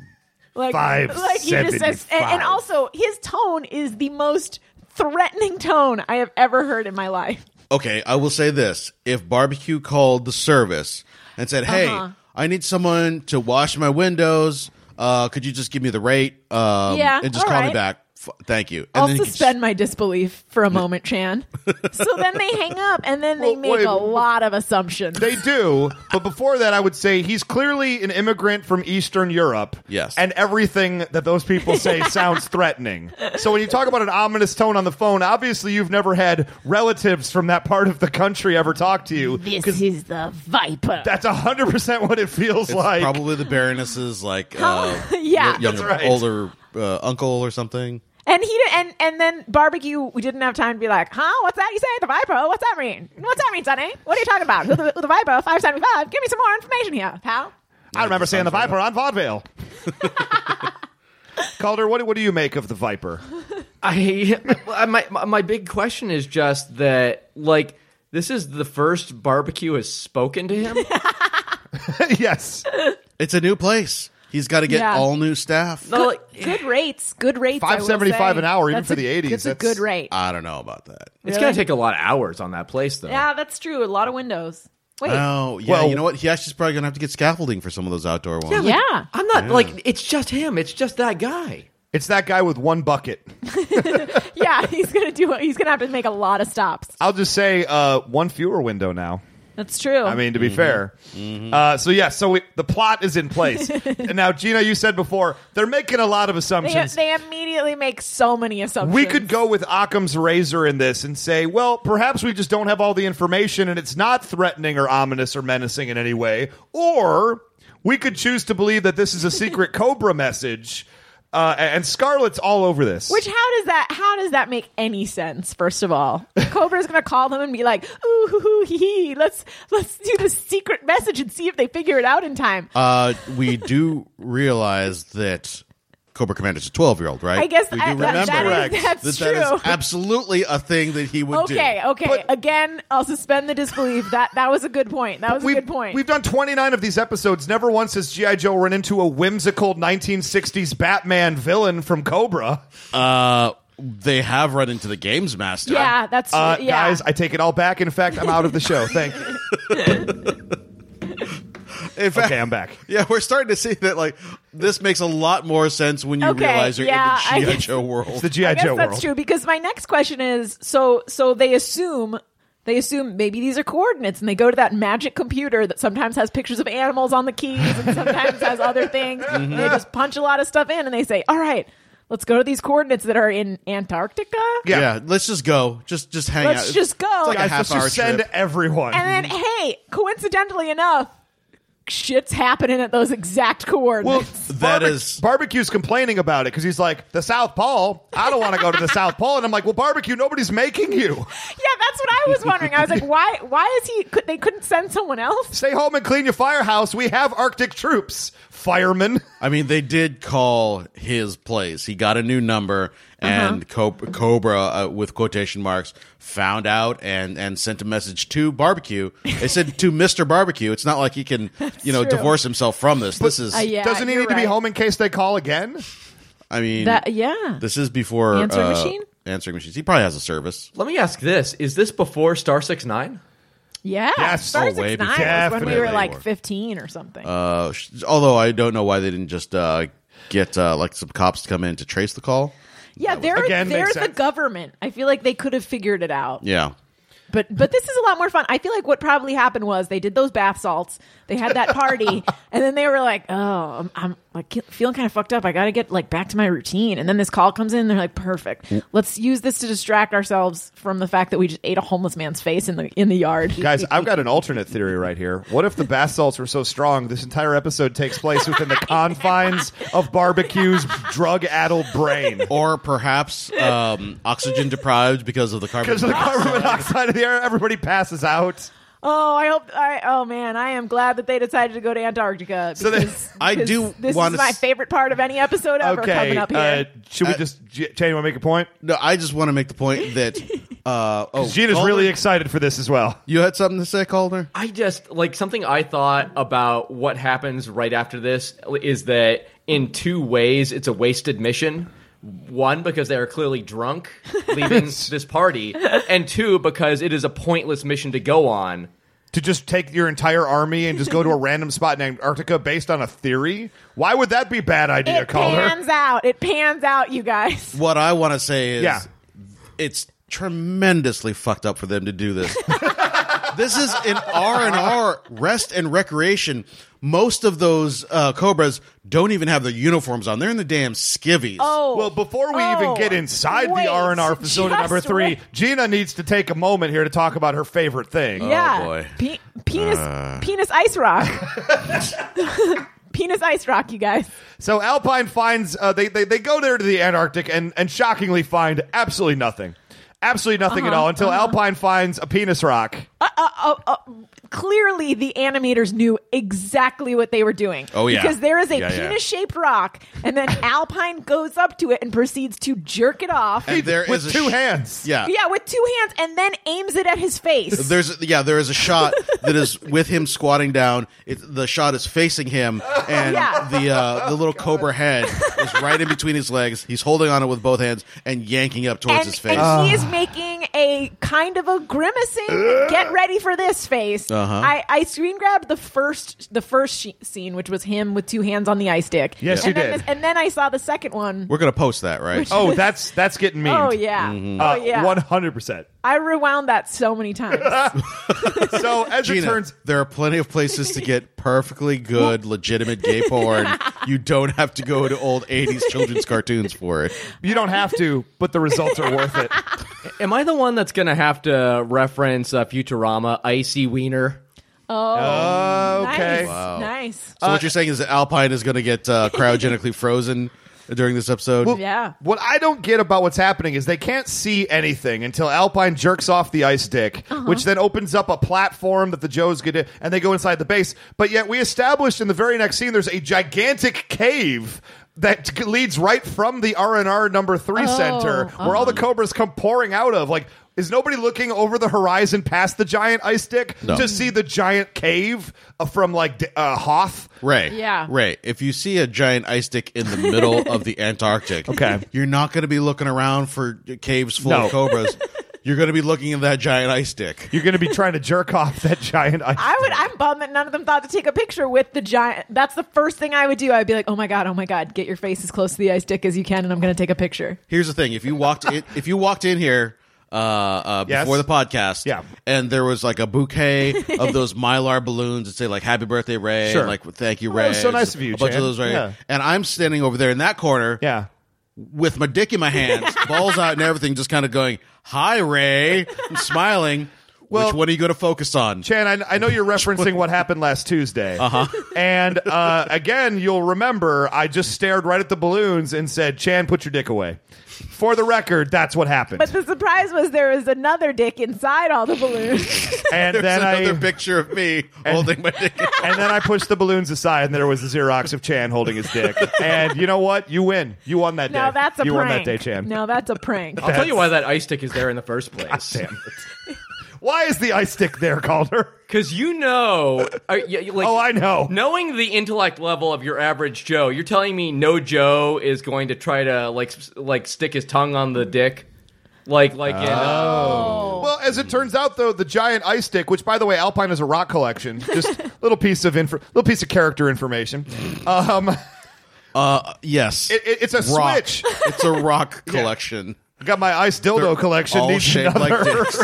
[SPEAKER 5] Like like he just says, and, and
[SPEAKER 3] $5.75.
[SPEAKER 5] also his tone is the most threatening tone I have ever heard in my life.
[SPEAKER 4] Okay, I will say this: if barbecue called the service and said, "Hey,
[SPEAKER 5] Uh-huh.
[SPEAKER 4] I need someone to wash my windows. Uh, could you just give me the rate? Um,
[SPEAKER 5] Yeah,
[SPEAKER 4] and just
[SPEAKER 5] all
[SPEAKER 4] call me
[SPEAKER 5] right.
[SPEAKER 4] back. F- thank you." And
[SPEAKER 5] I'll
[SPEAKER 4] then you could
[SPEAKER 5] suspend my disbelief for a moment, Chan. so then they hang up, and then they
[SPEAKER 3] Well,
[SPEAKER 5] make
[SPEAKER 3] wait.
[SPEAKER 5] a lot of assumptions.
[SPEAKER 3] They do, but before that, I would say he's clearly an immigrant from Eastern Europe.
[SPEAKER 4] Yes.
[SPEAKER 3] And everything that those people say sounds threatening. So when you talk about an ominous tone on the phone, obviously you've never had relatives from that part of the country ever talk to you.
[SPEAKER 5] this is the Viper.
[SPEAKER 3] That's 100% what it feels
[SPEAKER 4] It's
[SPEAKER 3] like.
[SPEAKER 4] probably the Baroness's like uh, yo-
[SPEAKER 5] yeah.
[SPEAKER 4] younger,
[SPEAKER 3] That's right.
[SPEAKER 4] older uh, uncle or something.
[SPEAKER 5] And he did, and and then barbecue. We didn't have time to be like, huh? What's that you say? The Viper? What's that mean? What's that mean, Sonny? What are you talking about? Who the, who the Viper? Five seventy five. Give me some more information here, pal.
[SPEAKER 3] I remember seeing the Viper on vaudeville. Calder, what, what do you make of the Viper?
[SPEAKER 6] I I- my my big question is just that like this is the first barbecue has spoken to him.
[SPEAKER 3] yes.
[SPEAKER 4] It's a new place. He's got to get
[SPEAKER 5] Yeah.
[SPEAKER 4] all new staff.
[SPEAKER 6] No, like,
[SPEAKER 5] Good rates. Good rates. I will
[SPEAKER 3] 5.75
[SPEAKER 5] say.
[SPEAKER 3] eh, an hour, even
[SPEAKER 5] That's
[SPEAKER 3] for
[SPEAKER 5] a-
[SPEAKER 3] the 80s,
[SPEAKER 5] That's a
[SPEAKER 3] that's-
[SPEAKER 5] good rate.
[SPEAKER 4] I don't know about that.
[SPEAKER 6] it's gonna take a lot of hours on that place though.
[SPEAKER 5] yeah, that's true. A lot of windows. Wait.
[SPEAKER 4] Oh, yeah.
[SPEAKER 3] Well-
[SPEAKER 4] you know what? He actually is probably gonna have to get scaffolding for some of those outdoor ones.
[SPEAKER 5] yeah.
[SPEAKER 6] I'm not like it's just him. It's just that guy.
[SPEAKER 3] It's that guy with one bucket.
[SPEAKER 5] yeah. He's gonna do. He's gonna have to make a lot of stops.
[SPEAKER 3] I'll just say uh, one fewer window now.
[SPEAKER 5] That's true.
[SPEAKER 3] I mean, to
[SPEAKER 4] Mm-hmm.
[SPEAKER 3] be fair. Uh, so yeah, so we, the plot is in place. and now, Gina, you said before they're making a lot of
[SPEAKER 5] They,
[SPEAKER 3] assumptions.
[SPEAKER 5] they immediately make so many assumptions.
[SPEAKER 3] we could go with Occam's razor in this and say, well, perhaps we just don't have all the information and it's not threatening or ominous or menacing in any way. Or we could choose to believe that this is a secret Cobra message. Uh, and Scarlet's all over this.
[SPEAKER 5] Which how does that how does that make any sense? First of all, Cobra's gonna call them and be like, "Ooh, hoo, hoo, hee, hee. let's let's do the secret message and see if they figure it out in time."
[SPEAKER 4] Uh, we do realize that Cobra Commander's a twelve-year-old, right?
[SPEAKER 5] I guess
[SPEAKER 4] we do
[SPEAKER 5] I- that- that
[SPEAKER 4] remember
[SPEAKER 5] is- Correct. that's
[SPEAKER 4] that that is
[SPEAKER 5] true.
[SPEAKER 4] absolutely a thing that he would
[SPEAKER 5] okay,
[SPEAKER 4] do.
[SPEAKER 5] okay. Again, I'll suspend the disbelief. That that was a good point. That was a
[SPEAKER 3] we've,
[SPEAKER 5] good point.
[SPEAKER 3] We've done 29 of these episodes. Never once has G.I. Joe run into a whimsical 1960s Batman villain from Cobra.
[SPEAKER 4] Uh, they have run into the games master.
[SPEAKER 5] yeah, that's true.
[SPEAKER 3] Uh,
[SPEAKER 5] yeah.
[SPEAKER 3] Guys, I take it all back. In fact, I'm out of the show. Thank you.
[SPEAKER 4] In fact,
[SPEAKER 3] Okay, I'm back.
[SPEAKER 4] Yeah, we're starting to see that like this makes a lot more sense when you
[SPEAKER 5] Okay,
[SPEAKER 4] realize you're
[SPEAKER 5] yeah, I
[SPEAKER 4] in the G.I.
[SPEAKER 5] guess-
[SPEAKER 4] Joe world.
[SPEAKER 3] It's the G.I.
[SPEAKER 5] I guess
[SPEAKER 3] Joe
[SPEAKER 5] that's
[SPEAKER 3] world.
[SPEAKER 5] true because my next question is so so they assume they assume maybe these are coordinates and they go to that magic computer that sometimes has pictures of animals on the keys and sometimes has other things. And they just punch a lot of stuff in and they say, "All right, let's go to these coordinates that are in Antarctica.
[SPEAKER 4] Yeah. let's just go. Just just hang
[SPEAKER 5] Let's
[SPEAKER 4] out.
[SPEAKER 5] just go.
[SPEAKER 4] It's like
[SPEAKER 5] Guys,
[SPEAKER 4] a
[SPEAKER 3] Let's
[SPEAKER 4] half hour
[SPEAKER 3] just send
[SPEAKER 4] trip.
[SPEAKER 3] everyone.
[SPEAKER 5] And then, hey, coincidentally enough, shit's happening at those exact coordinates.
[SPEAKER 4] That
[SPEAKER 3] Barbe-
[SPEAKER 4] is-
[SPEAKER 3] barbecue's complaining about it because he's like the South Pole. I don't want to go to the South Pole, and I'm like, well, barbecue, nobody's making you.
[SPEAKER 5] yeah, that's what I was wondering. I was like, why? Why is he? Could, they couldn't send someone else?
[SPEAKER 3] Stay home and clean your firehouse. We have Arctic troops, firemen.
[SPEAKER 4] I mean, they did call his place. He got a new number, and
[SPEAKER 5] Uh-huh.
[SPEAKER 4] Cobra, Cobra uh, with quotation marks, found out and and sent a message to Barbecue. They said to Mister Barbecue. It's not like he can, you know,
[SPEAKER 5] true.
[SPEAKER 4] divorce himself from this. this is,
[SPEAKER 5] Uh, yeah,
[SPEAKER 3] Doesn't he
[SPEAKER 5] you're
[SPEAKER 3] need to be
[SPEAKER 5] right.
[SPEAKER 3] home in case they call again?
[SPEAKER 4] I mean,
[SPEAKER 5] That yeah.
[SPEAKER 4] this is before
[SPEAKER 5] Answering
[SPEAKER 4] uh,
[SPEAKER 5] machine?
[SPEAKER 4] Answering machines. He probably has a service.
[SPEAKER 6] Let me ask this: Is this before Star Six Nine?
[SPEAKER 5] Yeah,
[SPEAKER 3] Yes.
[SPEAKER 5] Star
[SPEAKER 3] Oh,
[SPEAKER 5] Six
[SPEAKER 4] way
[SPEAKER 5] Nine
[SPEAKER 4] before-
[SPEAKER 5] was when we were
[SPEAKER 4] Definitely.
[SPEAKER 5] like fifteen or something.
[SPEAKER 4] Uh, sh- although I don't know why they didn't just uh, get uh, like some cops to come in to trace the call.
[SPEAKER 5] yeah, they're
[SPEAKER 3] Again,
[SPEAKER 5] they're
[SPEAKER 3] makes
[SPEAKER 5] the
[SPEAKER 3] sense.
[SPEAKER 5] government. I feel like they could have figured it out.
[SPEAKER 4] Yeah.
[SPEAKER 5] But but this is a lot more fun. I feel like what probably happened was they did those bath salts, they had that party, and then they were like, "Oh, I'm, I'm like ke- feeling kind of fucked up. I got to get like back to my routine." And then this call comes in, and they're like, "Perfect.
[SPEAKER 4] Mm.
[SPEAKER 5] Let's use this to distract ourselves from the fact that we just ate a homeless man's face in the in the yard."
[SPEAKER 3] Guys, I've got an alternate theory right here. What if the bath salts were so strong this entire episode takes place within the confines of barbecue's drug-addled brain?
[SPEAKER 4] Or perhaps um, oxygen deprived because of the carbon.
[SPEAKER 3] Because of the carbon monoxide in the air, everybody passes out.
[SPEAKER 5] oh, I hope. I oh man, I am glad that they decided to go to Antarctica.
[SPEAKER 3] So they-
[SPEAKER 5] because-
[SPEAKER 4] I
[SPEAKER 5] because
[SPEAKER 4] do
[SPEAKER 5] This
[SPEAKER 4] wanna
[SPEAKER 5] is my
[SPEAKER 4] s-
[SPEAKER 5] favorite part of any episode ever
[SPEAKER 3] Okay,
[SPEAKER 5] coming up here.
[SPEAKER 3] uh, should we just J- Jane? You want to make a point?
[SPEAKER 4] No, I just want to make the point that uh, oh,
[SPEAKER 3] Gina's
[SPEAKER 4] Calder,
[SPEAKER 3] really excited for this as well.
[SPEAKER 4] you had something to say, Calder?
[SPEAKER 6] I just like something I thought about what happens right after this is that in two ways it's a wasted mission. One because they are clearly drunk leaving this party, and two because it is a pointless mission to go on.
[SPEAKER 3] to just take your entire army and just go to a random spot in Antarctica based on a theory? Why would that be a bad idea,
[SPEAKER 5] it
[SPEAKER 3] Calder?
[SPEAKER 5] pans out. It pans out, you guys.
[SPEAKER 4] What I want to say is,
[SPEAKER 3] Yeah.
[SPEAKER 4] it's tremendously fucked up for them to do this. this is an R and R rest and recreation. Most of those uh, cobras don't even have their uniforms on; they're in the damn skivvies.
[SPEAKER 5] Oh.
[SPEAKER 3] Well, before we
[SPEAKER 5] Oh,
[SPEAKER 3] even get inside
[SPEAKER 5] wait,
[SPEAKER 3] the R and R facility
[SPEAKER 5] just
[SPEAKER 3] number three,
[SPEAKER 5] wait.
[SPEAKER 3] Gina needs to take a moment here to talk about her favorite thing.
[SPEAKER 5] Yeah.
[SPEAKER 4] boy.
[SPEAKER 5] Pe- penis,
[SPEAKER 3] Uh.
[SPEAKER 5] penis ice rock. penis ice rock, you guys.
[SPEAKER 3] So Alpine finds uh, they, they they go there to the Antarctic and and shockingly find absolutely nothing, absolutely nothing
[SPEAKER 5] Uh-huh.
[SPEAKER 3] at all until Alpine finds a penis rock.
[SPEAKER 5] uh, Clearly, the animators knew exactly what they were doing.
[SPEAKER 4] Oh, yeah.
[SPEAKER 5] Because there is a
[SPEAKER 4] Yeah, yeah.
[SPEAKER 5] penis shaped rock, and then Alpine goes up to it and proceeds to jerk it off.
[SPEAKER 4] and there is
[SPEAKER 3] with
[SPEAKER 4] a
[SPEAKER 3] two
[SPEAKER 4] sh-
[SPEAKER 3] hands.
[SPEAKER 4] Yeah,
[SPEAKER 5] yeah, with two hands, and then aims it at his face.
[SPEAKER 4] There's yeah, there is a shot that is with him squatting down. It, the shot is facing him, and
[SPEAKER 5] Yeah. Oh,
[SPEAKER 4] the uh, the little cobra head is right in between his legs. He's holding on it with both hands and yanking up towards
[SPEAKER 5] and,
[SPEAKER 4] his face. Ah.
[SPEAKER 5] and he is making a kind of a grimacing get ready for this face
[SPEAKER 4] Uh-huh.
[SPEAKER 5] I, I screen grabbed the first the first she- scene which was him with two hands on the ice stick
[SPEAKER 3] Yes,
[SPEAKER 5] and
[SPEAKER 3] you
[SPEAKER 5] then
[SPEAKER 3] did.
[SPEAKER 5] this- and then i saw the second one
[SPEAKER 4] We're gonna post that, right?
[SPEAKER 3] Oh, that's that's getting mean.
[SPEAKER 5] oh yeah
[SPEAKER 4] Mm-hmm.
[SPEAKER 5] oh yeah
[SPEAKER 3] one hundred percent.
[SPEAKER 5] i rewound that so many times
[SPEAKER 3] So as
[SPEAKER 4] Gina,
[SPEAKER 3] it turns,
[SPEAKER 4] there are plenty of places to get perfectly good, legitimate gay porn. You don't have to go to old '80s children's cartoons for it.
[SPEAKER 3] you don't have to, but the results are worth it.
[SPEAKER 6] Am I the one that's going to have to reference uh, Futurama, Icy Wiener?
[SPEAKER 3] Okay.
[SPEAKER 5] nice nice
[SPEAKER 3] Uh,
[SPEAKER 4] So what you're saying is that Alpine is gonna get uh, cryogenically frozen during this episode.
[SPEAKER 5] yeah
[SPEAKER 3] What I don't get about what's happening is they can't see anything until Alpine jerks off the ice dick,
[SPEAKER 5] Uh-huh.
[SPEAKER 3] which then opens up a platform that the Joes get in, and they go inside the base. But yet, we established in the very next scene there's a gigantic cave that t- leads right from the R and R number three
[SPEAKER 5] Oh,
[SPEAKER 3] center, where all the cobras come pouring out of. Like, is nobody looking over the horizon past the giant ice dick
[SPEAKER 4] No.
[SPEAKER 3] to see the giant cave uh, from like d- uh, Hoth?
[SPEAKER 4] Ray.
[SPEAKER 5] Yeah.
[SPEAKER 4] Ray, if you see a giant ice dick in the middle of the Antarctic,
[SPEAKER 3] Okay.
[SPEAKER 4] you're not going to be looking around for caves full
[SPEAKER 3] No.
[SPEAKER 4] of cobras. You're going to be looking at that giant ice dick.
[SPEAKER 3] You're going to be trying to jerk off that giant ice.
[SPEAKER 5] I would. I'm bummed that none of them thought to take a picture with the giant. That's the first thing I would do. I'd be like, "Oh my god, oh my god, get your face as close to the ice dick as you can, and I'm going to take a picture."
[SPEAKER 4] Here's the thing: if you walked in, if you walked in here uh, uh,
[SPEAKER 3] Yes.
[SPEAKER 4] before the podcast,
[SPEAKER 3] Yeah.
[SPEAKER 4] and there was like a bouquet of those Mylar balloons that say like "Happy Birthday, Ray,"
[SPEAKER 3] Sure.
[SPEAKER 4] and, like "Thank you,
[SPEAKER 3] Oh,
[SPEAKER 4] Ray."
[SPEAKER 3] that was so nice of you,
[SPEAKER 4] A bunch
[SPEAKER 3] Jan.
[SPEAKER 4] of those, Ray.
[SPEAKER 3] Yeah.
[SPEAKER 4] And I'm standing over there in that corner.
[SPEAKER 3] Yeah.
[SPEAKER 4] with my dick in my hands, balls out and everything, just kind of going, "Hi, Ray," and smiling.
[SPEAKER 3] Well-
[SPEAKER 4] Which one are you going to focus on?
[SPEAKER 3] Chan, I, I know you're referencing what happened last Tuesday. Uh-huh. And uh, again, you'll remember I just stared right at the balloons and said, Chan, put your dick away. For the record, that's what happened.
[SPEAKER 5] But the surprise was there was another dick inside all the balloons.
[SPEAKER 3] and
[SPEAKER 4] There's
[SPEAKER 3] then I
[SPEAKER 4] another picture of me holding my dick. in-
[SPEAKER 3] and then I pushed the balloons aside, and there was a Xerox of Chan holding his dick. And you know what? You win. You won that
[SPEAKER 5] no,
[SPEAKER 3] day.
[SPEAKER 5] that's a
[SPEAKER 3] you
[SPEAKER 5] prank.
[SPEAKER 3] won that day, Chan.
[SPEAKER 5] No, that's a prank.
[SPEAKER 6] I'll tell you why that ice stick is there in the first place.
[SPEAKER 3] Damn it. Why is the ice stick there, Calder?
[SPEAKER 6] Because you know, uh, y- y- like,
[SPEAKER 3] Oh, I know.
[SPEAKER 6] Knowing the intellect level of your average Joe, you're telling me no Joe is going to try to like s- like stick his tongue on the dick, like like in uh,
[SPEAKER 3] Well, as it turns out, though, the giant ice stick, which by the way, Alpine is a rock collection, just little piece of info, little piece of character information. Um, it,
[SPEAKER 4] yes,
[SPEAKER 3] it- it's a
[SPEAKER 4] rock.
[SPEAKER 3] switch.
[SPEAKER 4] It's a rock collection.
[SPEAKER 3] Got my ice dildo collection.
[SPEAKER 4] all
[SPEAKER 3] needs
[SPEAKER 4] shaped like
[SPEAKER 3] another.
[SPEAKER 4] dicks.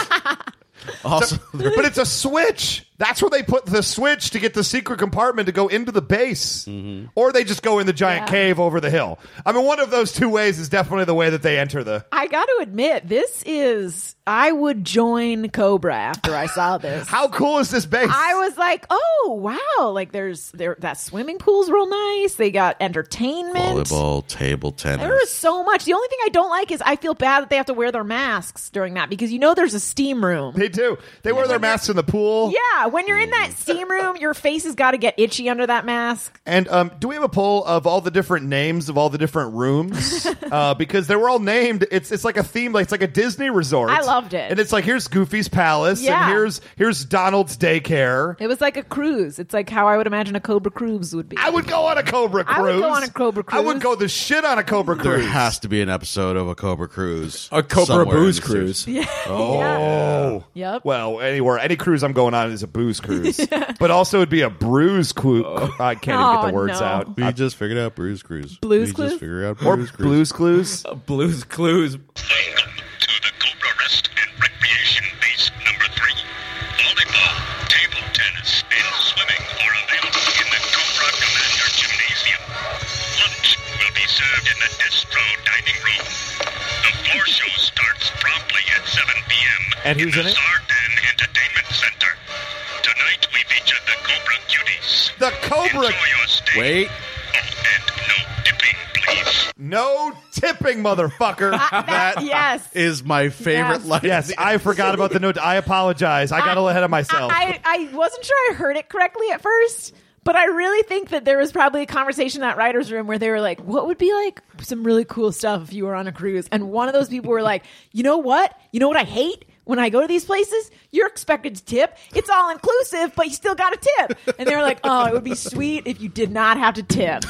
[SPEAKER 4] Also, they're-
[SPEAKER 3] but it's a switch. That's where they put the switch to get the secret compartment to go into the base,
[SPEAKER 4] Mm-hmm.
[SPEAKER 3] or they just go in the giant
[SPEAKER 5] Yeah.
[SPEAKER 3] cave over the hill. I mean, one of those two ways is definitely the way that they enter the.
[SPEAKER 5] I got to admit, this is. I would join Cobra after I saw this.
[SPEAKER 3] How cool is this base?
[SPEAKER 5] I was like, oh wow! Like there's there that swimming pool's real nice. They got entertainment.
[SPEAKER 4] volleyball, table tennis.
[SPEAKER 5] There is so much. The only thing I don't like is I feel bad that they have to wear their masks during that because you know there's a steam room.
[SPEAKER 3] they do. They wear their masks in the pool.
[SPEAKER 5] Yeah, when you're in that steam room, your face has got to get itchy under that mask.
[SPEAKER 3] And um, do we have a poll of all the different names of all the different rooms? uh, because they were all named. It's it's like a theme. Like it's like a Disney resort.
[SPEAKER 5] I loved it.
[SPEAKER 3] And it's like here's Goofy's Palace.
[SPEAKER 5] Yeah.
[SPEAKER 3] And here's here's Donald's daycare.
[SPEAKER 5] It was like a cruise. It's like how I would imagine a Cobra cruise would be.
[SPEAKER 3] I would go on a Cobra cruise.
[SPEAKER 5] I would go on a Cobra
[SPEAKER 3] I would
[SPEAKER 5] cruise.
[SPEAKER 3] go the shit on a Cobra
[SPEAKER 4] There
[SPEAKER 3] cruise.
[SPEAKER 4] has to be an episode of a Cobra Cruise.
[SPEAKER 6] a Cobra
[SPEAKER 4] somewhere in
[SPEAKER 6] booze
[SPEAKER 4] the series.
[SPEAKER 6] cruise.
[SPEAKER 3] Oh.
[SPEAKER 5] Yep.
[SPEAKER 3] Well, anywhere, any cruise I'm going on is a booze cruise, but also it'd be a bruise cruise. I can't even get
[SPEAKER 5] Oh,
[SPEAKER 3] the words
[SPEAKER 5] no.
[SPEAKER 3] out.
[SPEAKER 4] We just figured out Bruce Cruise.
[SPEAKER 5] Blue's
[SPEAKER 4] we
[SPEAKER 5] Clues?
[SPEAKER 4] just figured out
[SPEAKER 3] Or
[SPEAKER 4] Bruce Cruise.
[SPEAKER 3] blues clues.
[SPEAKER 6] A Blues Clues.
[SPEAKER 8] Welcome to the Cobra Rest and Recreation Base number three. Volleyball, table tennis, and swimming are available in the Cobra Commander Gymnasium. Lunch will be served in the Destro dining room. The floor show starts promptly at 7 p.m.
[SPEAKER 3] And who's in
[SPEAKER 8] the
[SPEAKER 3] it?
[SPEAKER 8] Zardan Entertainment Center. Tonight we feature the Cobra Cuties.
[SPEAKER 3] The Cobra.
[SPEAKER 8] Enjoy your stay.
[SPEAKER 4] Wait.
[SPEAKER 8] Oh, and no dipping, please.
[SPEAKER 3] No tipping, motherfucker.
[SPEAKER 4] That
[SPEAKER 5] yes.
[SPEAKER 4] is my favorite
[SPEAKER 5] Yes.
[SPEAKER 4] line.
[SPEAKER 3] Yes, I forgot about the note. I apologize. I got a little ahead of myself.
[SPEAKER 5] I, I I wasn't sure I heard it correctly at first, but I really think that there was probably a conversation in that writer's room where they were like, what would be like some really cool stuff if you were on a cruise? And one of those people were like, you know what? You know what I hate? When I go to these places, you're expected to tip. It's all inclusive, but you still got to tip. And they were like, oh, it would be sweet if you did not have to tip.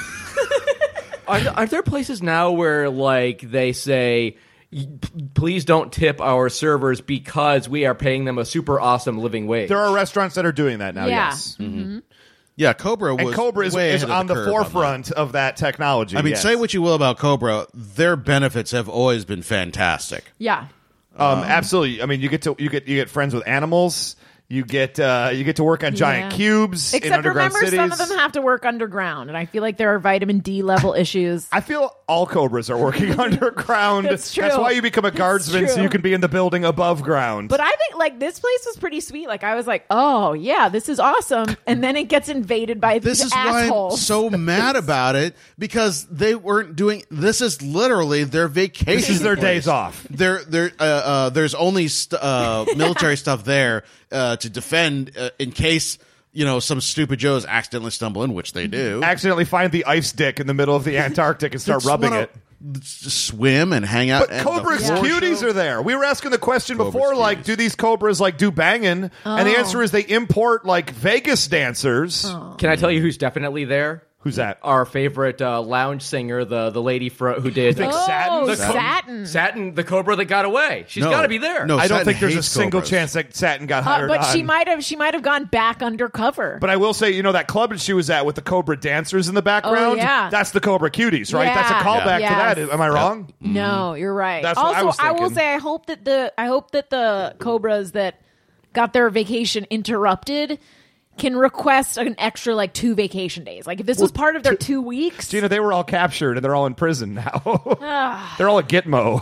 [SPEAKER 6] Are, th- are there places now where like they say, "Y- p- please don't tip our servers because we are paying them a super awesome living wage?
[SPEAKER 3] there are restaurants that are doing that now.
[SPEAKER 5] Yeah. Mm-hmm.
[SPEAKER 3] Yes,
[SPEAKER 4] Yeah, Cobra was
[SPEAKER 3] and Cobra is,
[SPEAKER 4] way
[SPEAKER 3] is
[SPEAKER 4] ahead of
[SPEAKER 3] on the,
[SPEAKER 4] curve on that.
[SPEAKER 3] forefront of that technology.
[SPEAKER 4] I mean,
[SPEAKER 3] yes.
[SPEAKER 4] say what you will about Cobra, their benefits have always been fantastic.
[SPEAKER 5] Yeah.
[SPEAKER 3] Um, absolutely. I mean, you get to you get you get friends with animals. You get uh, you get to work on giant
[SPEAKER 5] Yeah.
[SPEAKER 3] cubes in
[SPEAKER 5] Except
[SPEAKER 3] underground
[SPEAKER 5] remember,
[SPEAKER 3] cities.
[SPEAKER 5] some of them have to work underground, and I feel like there are vitamin D level issues.
[SPEAKER 3] I feel all cobras are working underground.
[SPEAKER 5] That's true.
[SPEAKER 3] why you become a
[SPEAKER 5] That's
[SPEAKER 3] guardsman, so
[SPEAKER 5] true.
[SPEAKER 3] you can be in the building above ground.
[SPEAKER 5] But I think like this place was pretty sweet. Like I was like, oh yeah, this is awesome. And then it gets invaded by
[SPEAKER 4] This
[SPEAKER 5] these
[SPEAKER 4] is why I'm
[SPEAKER 5] assholes.
[SPEAKER 4] so mad about it because they weren't doing. This is literally their vacation.
[SPEAKER 3] this is their
[SPEAKER 4] place.
[SPEAKER 3] days off.
[SPEAKER 4] There, there, uh, uh, there's only st- uh, military stuff there uh, to defend uh, in case you know some stupid Joes accidentally stumble in, which they do.
[SPEAKER 3] Accidentally find the ice dick in the middle of the Antarctic and start
[SPEAKER 4] Just
[SPEAKER 3] rubbing
[SPEAKER 4] wanna
[SPEAKER 3] it.
[SPEAKER 4] s- swim and hang out.
[SPEAKER 3] But
[SPEAKER 4] at the
[SPEAKER 3] Cobra's
[SPEAKER 4] floor
[SPEAKER 3] cuties
[SPEAKER 4] show.
[SPEAKER 3] are there. We were asking the question
[SPEAKER 4] Cobra's
[SPEAKER 3] before, like,
[SPEAKER 4] cuties.
[SPEAKER 3] do these Cobras like do banging? And the
[SPEAKER 5] Oh.
[SPEAKER 3] answer is they import like Vegas dancers.
[SPEAKER 6] Can I tell you who's definitely there?
[SPEAKER 3] Who's that?
[SPEAKER 6] Our favorite uh, lounge singer, the the lady fro- who did Mm.
[SPEAKER 3] think
[SPEAKER 6] uh,
[SPEAKER 3] satin?
[SPEAKER 5] Oh,
[SPEAKER 3] The
[SPEAKER 6] co-
[SPEAKER 5] satin.
[SPEAKER 6] Satin, the cobra that got away. She's
[SPEAKER 4] No.
[SPEAKER 6] got to be there.
[SPEAKER 4] No,
[SPEAKER 3] I don't
[SPEAKER 4] Satin
[SPEAKER 3] think there's a
[SPEAKER 4] hates
[SPEAKER 3] single
[SPEAKER 4] Cobras.
[SPEAKER 3] chance that Satin got
[SPEAKER 5] Uh,
[SPEAKER 3] hired.
[SPEAKER 5] but she
[SPEAKER 3] on.
[SPEAKER 5] might have she might have gone back undercover.
[SPEAKER 3] But I will say, you know, that club that she was at with the Cobra dancers in the background.
[SPEAKER 5] Oh, yeah.
[SPEAKER 3] That's the Cobra cuties, right? That's a
[SPEAKER 5] Yeah.
[SPEAKER 3] callback
[SPEAKER 5] Yeah.
[SPEAKER 3] to
[SPEAKER 5] Yes.
[SPEAKER 3] that. Am I wrong?
[SPEAKER 5] no, you're right.
[SPEAKER 3] mm, That's what
[SPEAKER 5] also,
[SPEAKER 3] I was
[SPEAKER 5] will
[SPEAKER 3] thinking.
[SPEAKER 5] say I hope that the I hope that the cobras that got their vacation interrupted can request an extra like two vacation days. Like if this was part of their two weeks,
[SPEAKER 3] Gina, they were all captured and they're all in prison now. they're all at Gitmo.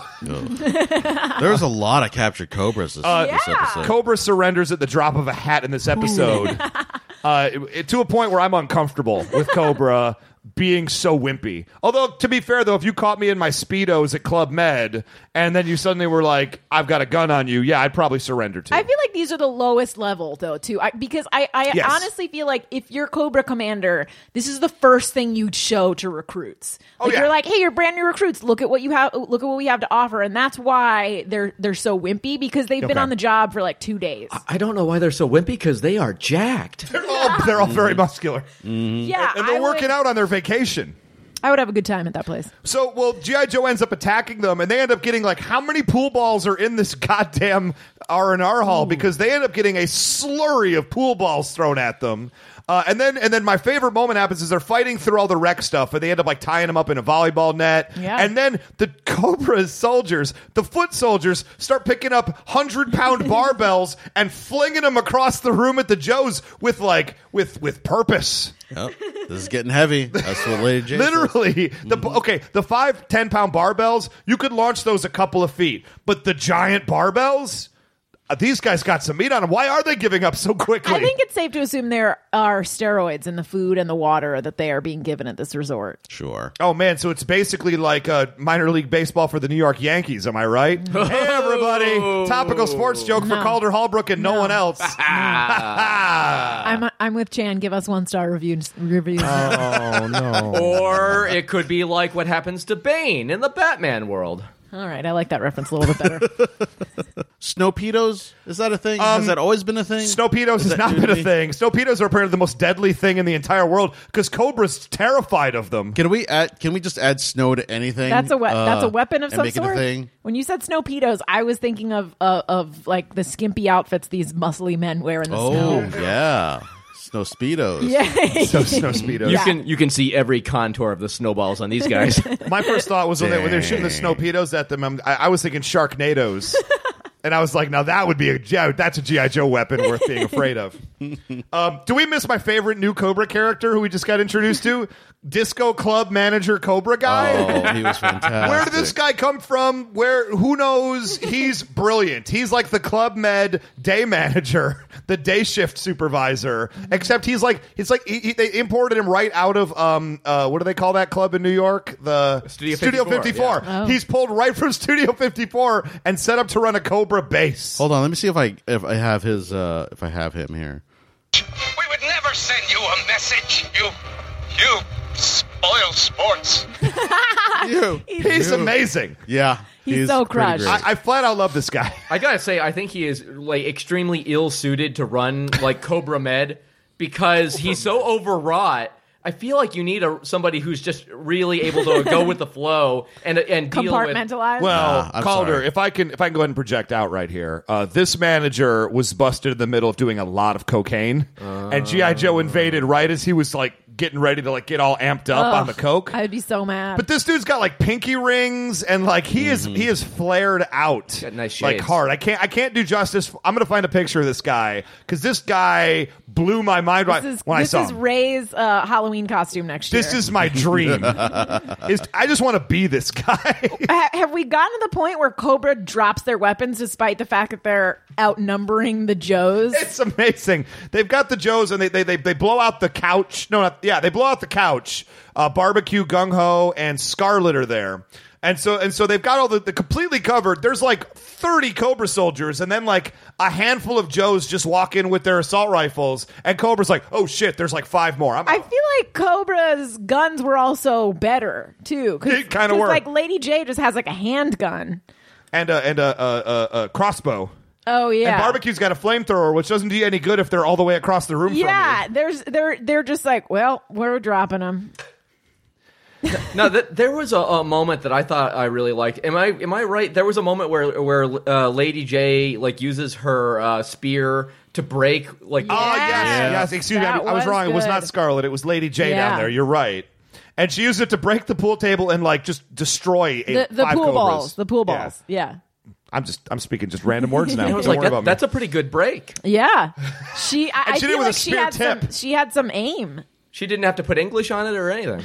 [SPEAKER 4] There's a lot of captured cobras this,
[SPEAKER 3] Uh,
[SPEAKER 4] this
[SPEAKER 5] Yeah.
[SPEAKER 4] episode.
[SPEAKER 3] Cobra surrenders at the drop of a hat in this episode, uh, it- it- to a point where I'm uncomfortable with Cobra being so wimpy. Although, to be fair, though, if you caught me in my speedos at Club Med and then you suddenly were like, "I've got a gun on you," yeah, I'd probably surrender to.
[SPEAKER 5] I feel like these are the lowest level though too, I, because I, I
[SPEAKER 3] Yes.
[SPEAKER 5] honestly feel like if you're Cobra Commander, this is the first thing you'd show to recruits. Like
[SPEAKER 3] Oh, yeah.
[SPEAKER 5] you're like, hey, you're brand new recruits. Look at what you have. Look at what we have to offer, and that's why they're they're so wimpy because they've been
[SPEAKER 3] Okay. Uh,
[SPEAKER 5] on the job for like two days.
[SPEAKER 6] I don't know why they're so wimpy because they are jacked.
[SPEAKER 3] they're all, they're all very muscular,
[SPEAKER 5] yeah,
[SPEAKER 3] and they're
[SPEAKER 5] I
[SPEAKER 3] working
[SPEAKER 5] would,
[SPEAKER 3] out on their vacation.
[SPEAKER 5] I would have a good time at that place.
[SPEAKER 3] So, well, GI Joe ends up attacking them, and they end up getting like how many pool balls are in this goddamn R and R hall because they end up getting a slurry of pool balls thrown at them. Uh, and then, and then my favorite moment happens is they're fighting through all the wreck stuff, and they end up like tying them up in a volleyball net.
[SPEAKER 5] Yeah.
[SPEAKER 3] And then the Cobra's soldiers, the foot soldiers, start picking up hundred pound barbells and flinging them across the room at the Joes with like with with purpose.
[SPEAKER 4] Yep. This is getting heavy. That's what Lady J. said.
[SPEAKER 3] Literally, the okay, the five ten pound barbells you could launch those a couple of feet, but the giant barbells, uh, these guys got some meat on them. Why are they giving up so quickly?
[SPEAKER 5] I think it's safe to assume there are steroids in the food and the water that they are being given at this resort.
[SPEAKER 4] Sure.
[SPEAKER 3] Oh man, so it's basically like uh, minor league baseball for the New York Yankees. Am I right? hey everybody, topical sports joke for
[SPEAKER 5] No.
[SPEAKER 3] Calder Hallbrook and no, one else. Uh.
[SPEAKER 5] I'm I'm with Chan. Give us one star reviews. reviews.
[SPEAKER 3] Oh.
[SPEAKER 6] or it could be like what happens to Bane in the Batman world.
[SPEAKER 5] All right, I like that reference a little bit better.
[SPEAKER 4] Snowpedos? Is that a thing?
[SPEAKER 3] Um,
[SPEAKER 4] Has that always been a thing?
[SPEAKER 3] Snowpedos has
[SPEAKER 4] that
[SPEAKER 3] not
[SPEAKER 4] new to
[SPEAKER 3] been a
[SPEAKER 4] me?
[SPEAKER 3] thing. Snowpedos are apparently the most deadly thing in the entire world because Cobra's terrified of them.
[SPEAKER 4] Can we add? Can we just add snow to anything?
[SPEAKER 5] That's a we-
[SPEAKER 4] Uh,
[SPEAKER 5] that's a weapon of
[SPEAKER 4] and
[SPEAKER 5] some
[SPEAKER 4] make it a
[SPEAKER 5] sort.
[SPEAKER 4] thing?
[SPEAKER 5] When you said snowpedos, I was thinking of uh, of like the skimpy outfits these muscly men wear in the
[SPEAKER 4] Oh
[SPEAKER 5] snow.
[SPEAKER 4] yeah, snow speedos.
[SPEAKER 5] Yeah.
[SPEAKER 3] So snow speedos.
[SPEAKER 6] You can you can see every contour of the snowballs on these guys.
[SPEAKER 3] My first thought was when they, when they were shooting the snowpedos at them, I'm, I, I was thinking Sharknadoes. and I was like, now that would be a yeah, that's a GI Joe weapon worth being afraid of. um, do we miss my favorite new Cobra character who we just got introduced to? Disco club manager Cobra guy.
[SPEAKER 4] Oh, he was fantastic.
[SPEAKER 3] Where did this guy come from? Where? Who knows? He's brilliant. He's like the club med day manager, the day shift supervisor. Except he's like it's like he, he- they imported him right out of um uh what do they call that club in New York? The
[SPEAKER 6] Studio 54,
[SPEAKER 3] 54. He's pulled right from Studio 54 and set up to run a Cobra base.
[SPEAKER 4] Hold on, let me see if I if I have his uh if I have him here.
[SPEAKER 7] We would never send you a message. You, you spoil sports.
[SPEAKER 4] You.
[SPEAKER 3] He's amazing.
[SPEAKER 4] Yeah,
[SPEAKER 5] He's so
[SPEAKER 4] pretty
[SPEAKER 5] crushed.
[SPEAKER 4] great.
[SPEAKER 3] I, I flat out love this guy.
[SPEAKER 6] I gotta say, I think he is like extremely ill suited to run like Cobra Med because he's so overwrought. I feel like you need a somebody who's just really able to go with the flow and and deal with.
[SPEAKER 5] Compartmentalized.
[SPEAKER 3] Well,
[SPEAKER 4] I'm
[SPEAKER 3] Calder,
[SPEAKER 4] sorry.
[SPEAKER 3] if I can, if I can go ahead and project out right here, uh, this manager was busted in the middle of doing a lot of cocaine, and GI Joe invaded right as he was like getting ready to like get all amped up on the coke.
[SPEAKER 5] I'd be so mad.
[SPEAKER 3] but this dude's got like pinky rings and like he is he is flared out
[SPEAKER 6] Mm-hmm. Got nice
[SPEAKER 3] like
[SPEAKER 6] shades.
[SPEAKER 3] hard. I can't I can't do justice. I'm gonna find a picture of this guy because this guy blew my mind
[SPEAKER 5] this
[SPEAKER 3] when I-
[SPEAKER 5] is
[SPEAKER 3] when
[SPEAKER 5] this
[SPEAKER 3] I saw
[SPEAKER 5] is
[SPEAKER 3] him.
[SPEAKER 5] Ray's uh, Halloween costume next year.
[SPEAKER 3] This is my dream. is I just want to be this guy.
[SPEAKER 5] Ha- have we gotten to the point where Cobra drops their weapons despite the fact that they're outnumbering the Joes?
[SPEAKER 3] It's amazing. They've got the Joes and they they they, they blow out the couch. No, not, yeah, they blow out the couch. Uh, barbecue, gung ho, and Scarlet are there. And so and so they've got all the, the completely covered. There's like 30 Cobra soldiers, and then like a handful of Joes just walk in with their assault rifles, and Cobra's like, oh shit, there's like five more. I'm
[SPEAKER 5] I
[SPEAKER 3] out."
[SPEAKER 5] feel like Cobra's guns were also better too. 'cause-
[SPEAKER 3] It kinda
[SPEAKER 5] 'cause,
[SPEAKER 3] were.
[SPEAKER 5] Like Lady J just has like a handgun.
[SPEAKER 3] and a, and a, a, a, a crossbow.
[SPEAKER 5] Oh yeah,
[SPEAKER 3] And barbecue's got a flamethrower, which doesn't do you any good if they're all the way across the room
[SPEAKER 5] Yeah,
[SPEAKER 3] from you.
[SPEAKER 5] there's they're they're just like, well, we're dropping them.
[SPEAKER 6] No, th- there was a, a moment that I thought I really liked. Am I am I right? There was a moment where where uh, Lady J like uses her uh, spear to break like
[SPEAKER 3] Oh yes,
[SPEAKER 5] Yeah.
[SPEAKER 3] yes. Excuse me, I,
[SPEAKER 5] That
[SPEAKER 3] I was
[SPEAKER 5] was
[SPEAKER 3] wrong. It was
[SPEAKER 5] good.
[SPEAKER 3] not Scarlet. It was Lady J
[SPEAKER 5] Yeah.
[SPEAKER 3] down there. You're right. And she used it to break the pool table and like just destroy a,
[SPEAKER 5] The the
[SPEAKER 3] five
[SPEAKER 5] pool
[SPEAKER 3] cobras.
[SPEAKER 5] balls, the pool
[SPEAKER 3] Yeah.
[SPEAKER 5] balls. Yeah.
[SPEAKER 3] I'm just I'm speaking just random words now.
[SPEAKER 6] I
[SPEAKER 3] Don't
[SPEAKER 6] was like,
[SPEAKER 3] worry
[SPEAKER 6] that-
[SPEAKER 3] about me.
[SPEAKER 6] that's a pretty good break.
[SPEAKER 5] Yeah, she. I,
[SPEAKER 3] And
[SPEAKER 5] I
[SPEAKER 3] she did it
[SPEAKER 5] feel
[SPEAKER 3] with a
[SPEAKER 5] like she
[SPEAKER 3] spear
[SPEAKER 5] had some.
[SPEAKER 3] tip.
[SPEAKER 5] She had some aim.
[SPEAKER 6] She didn't have to put English on it or anything.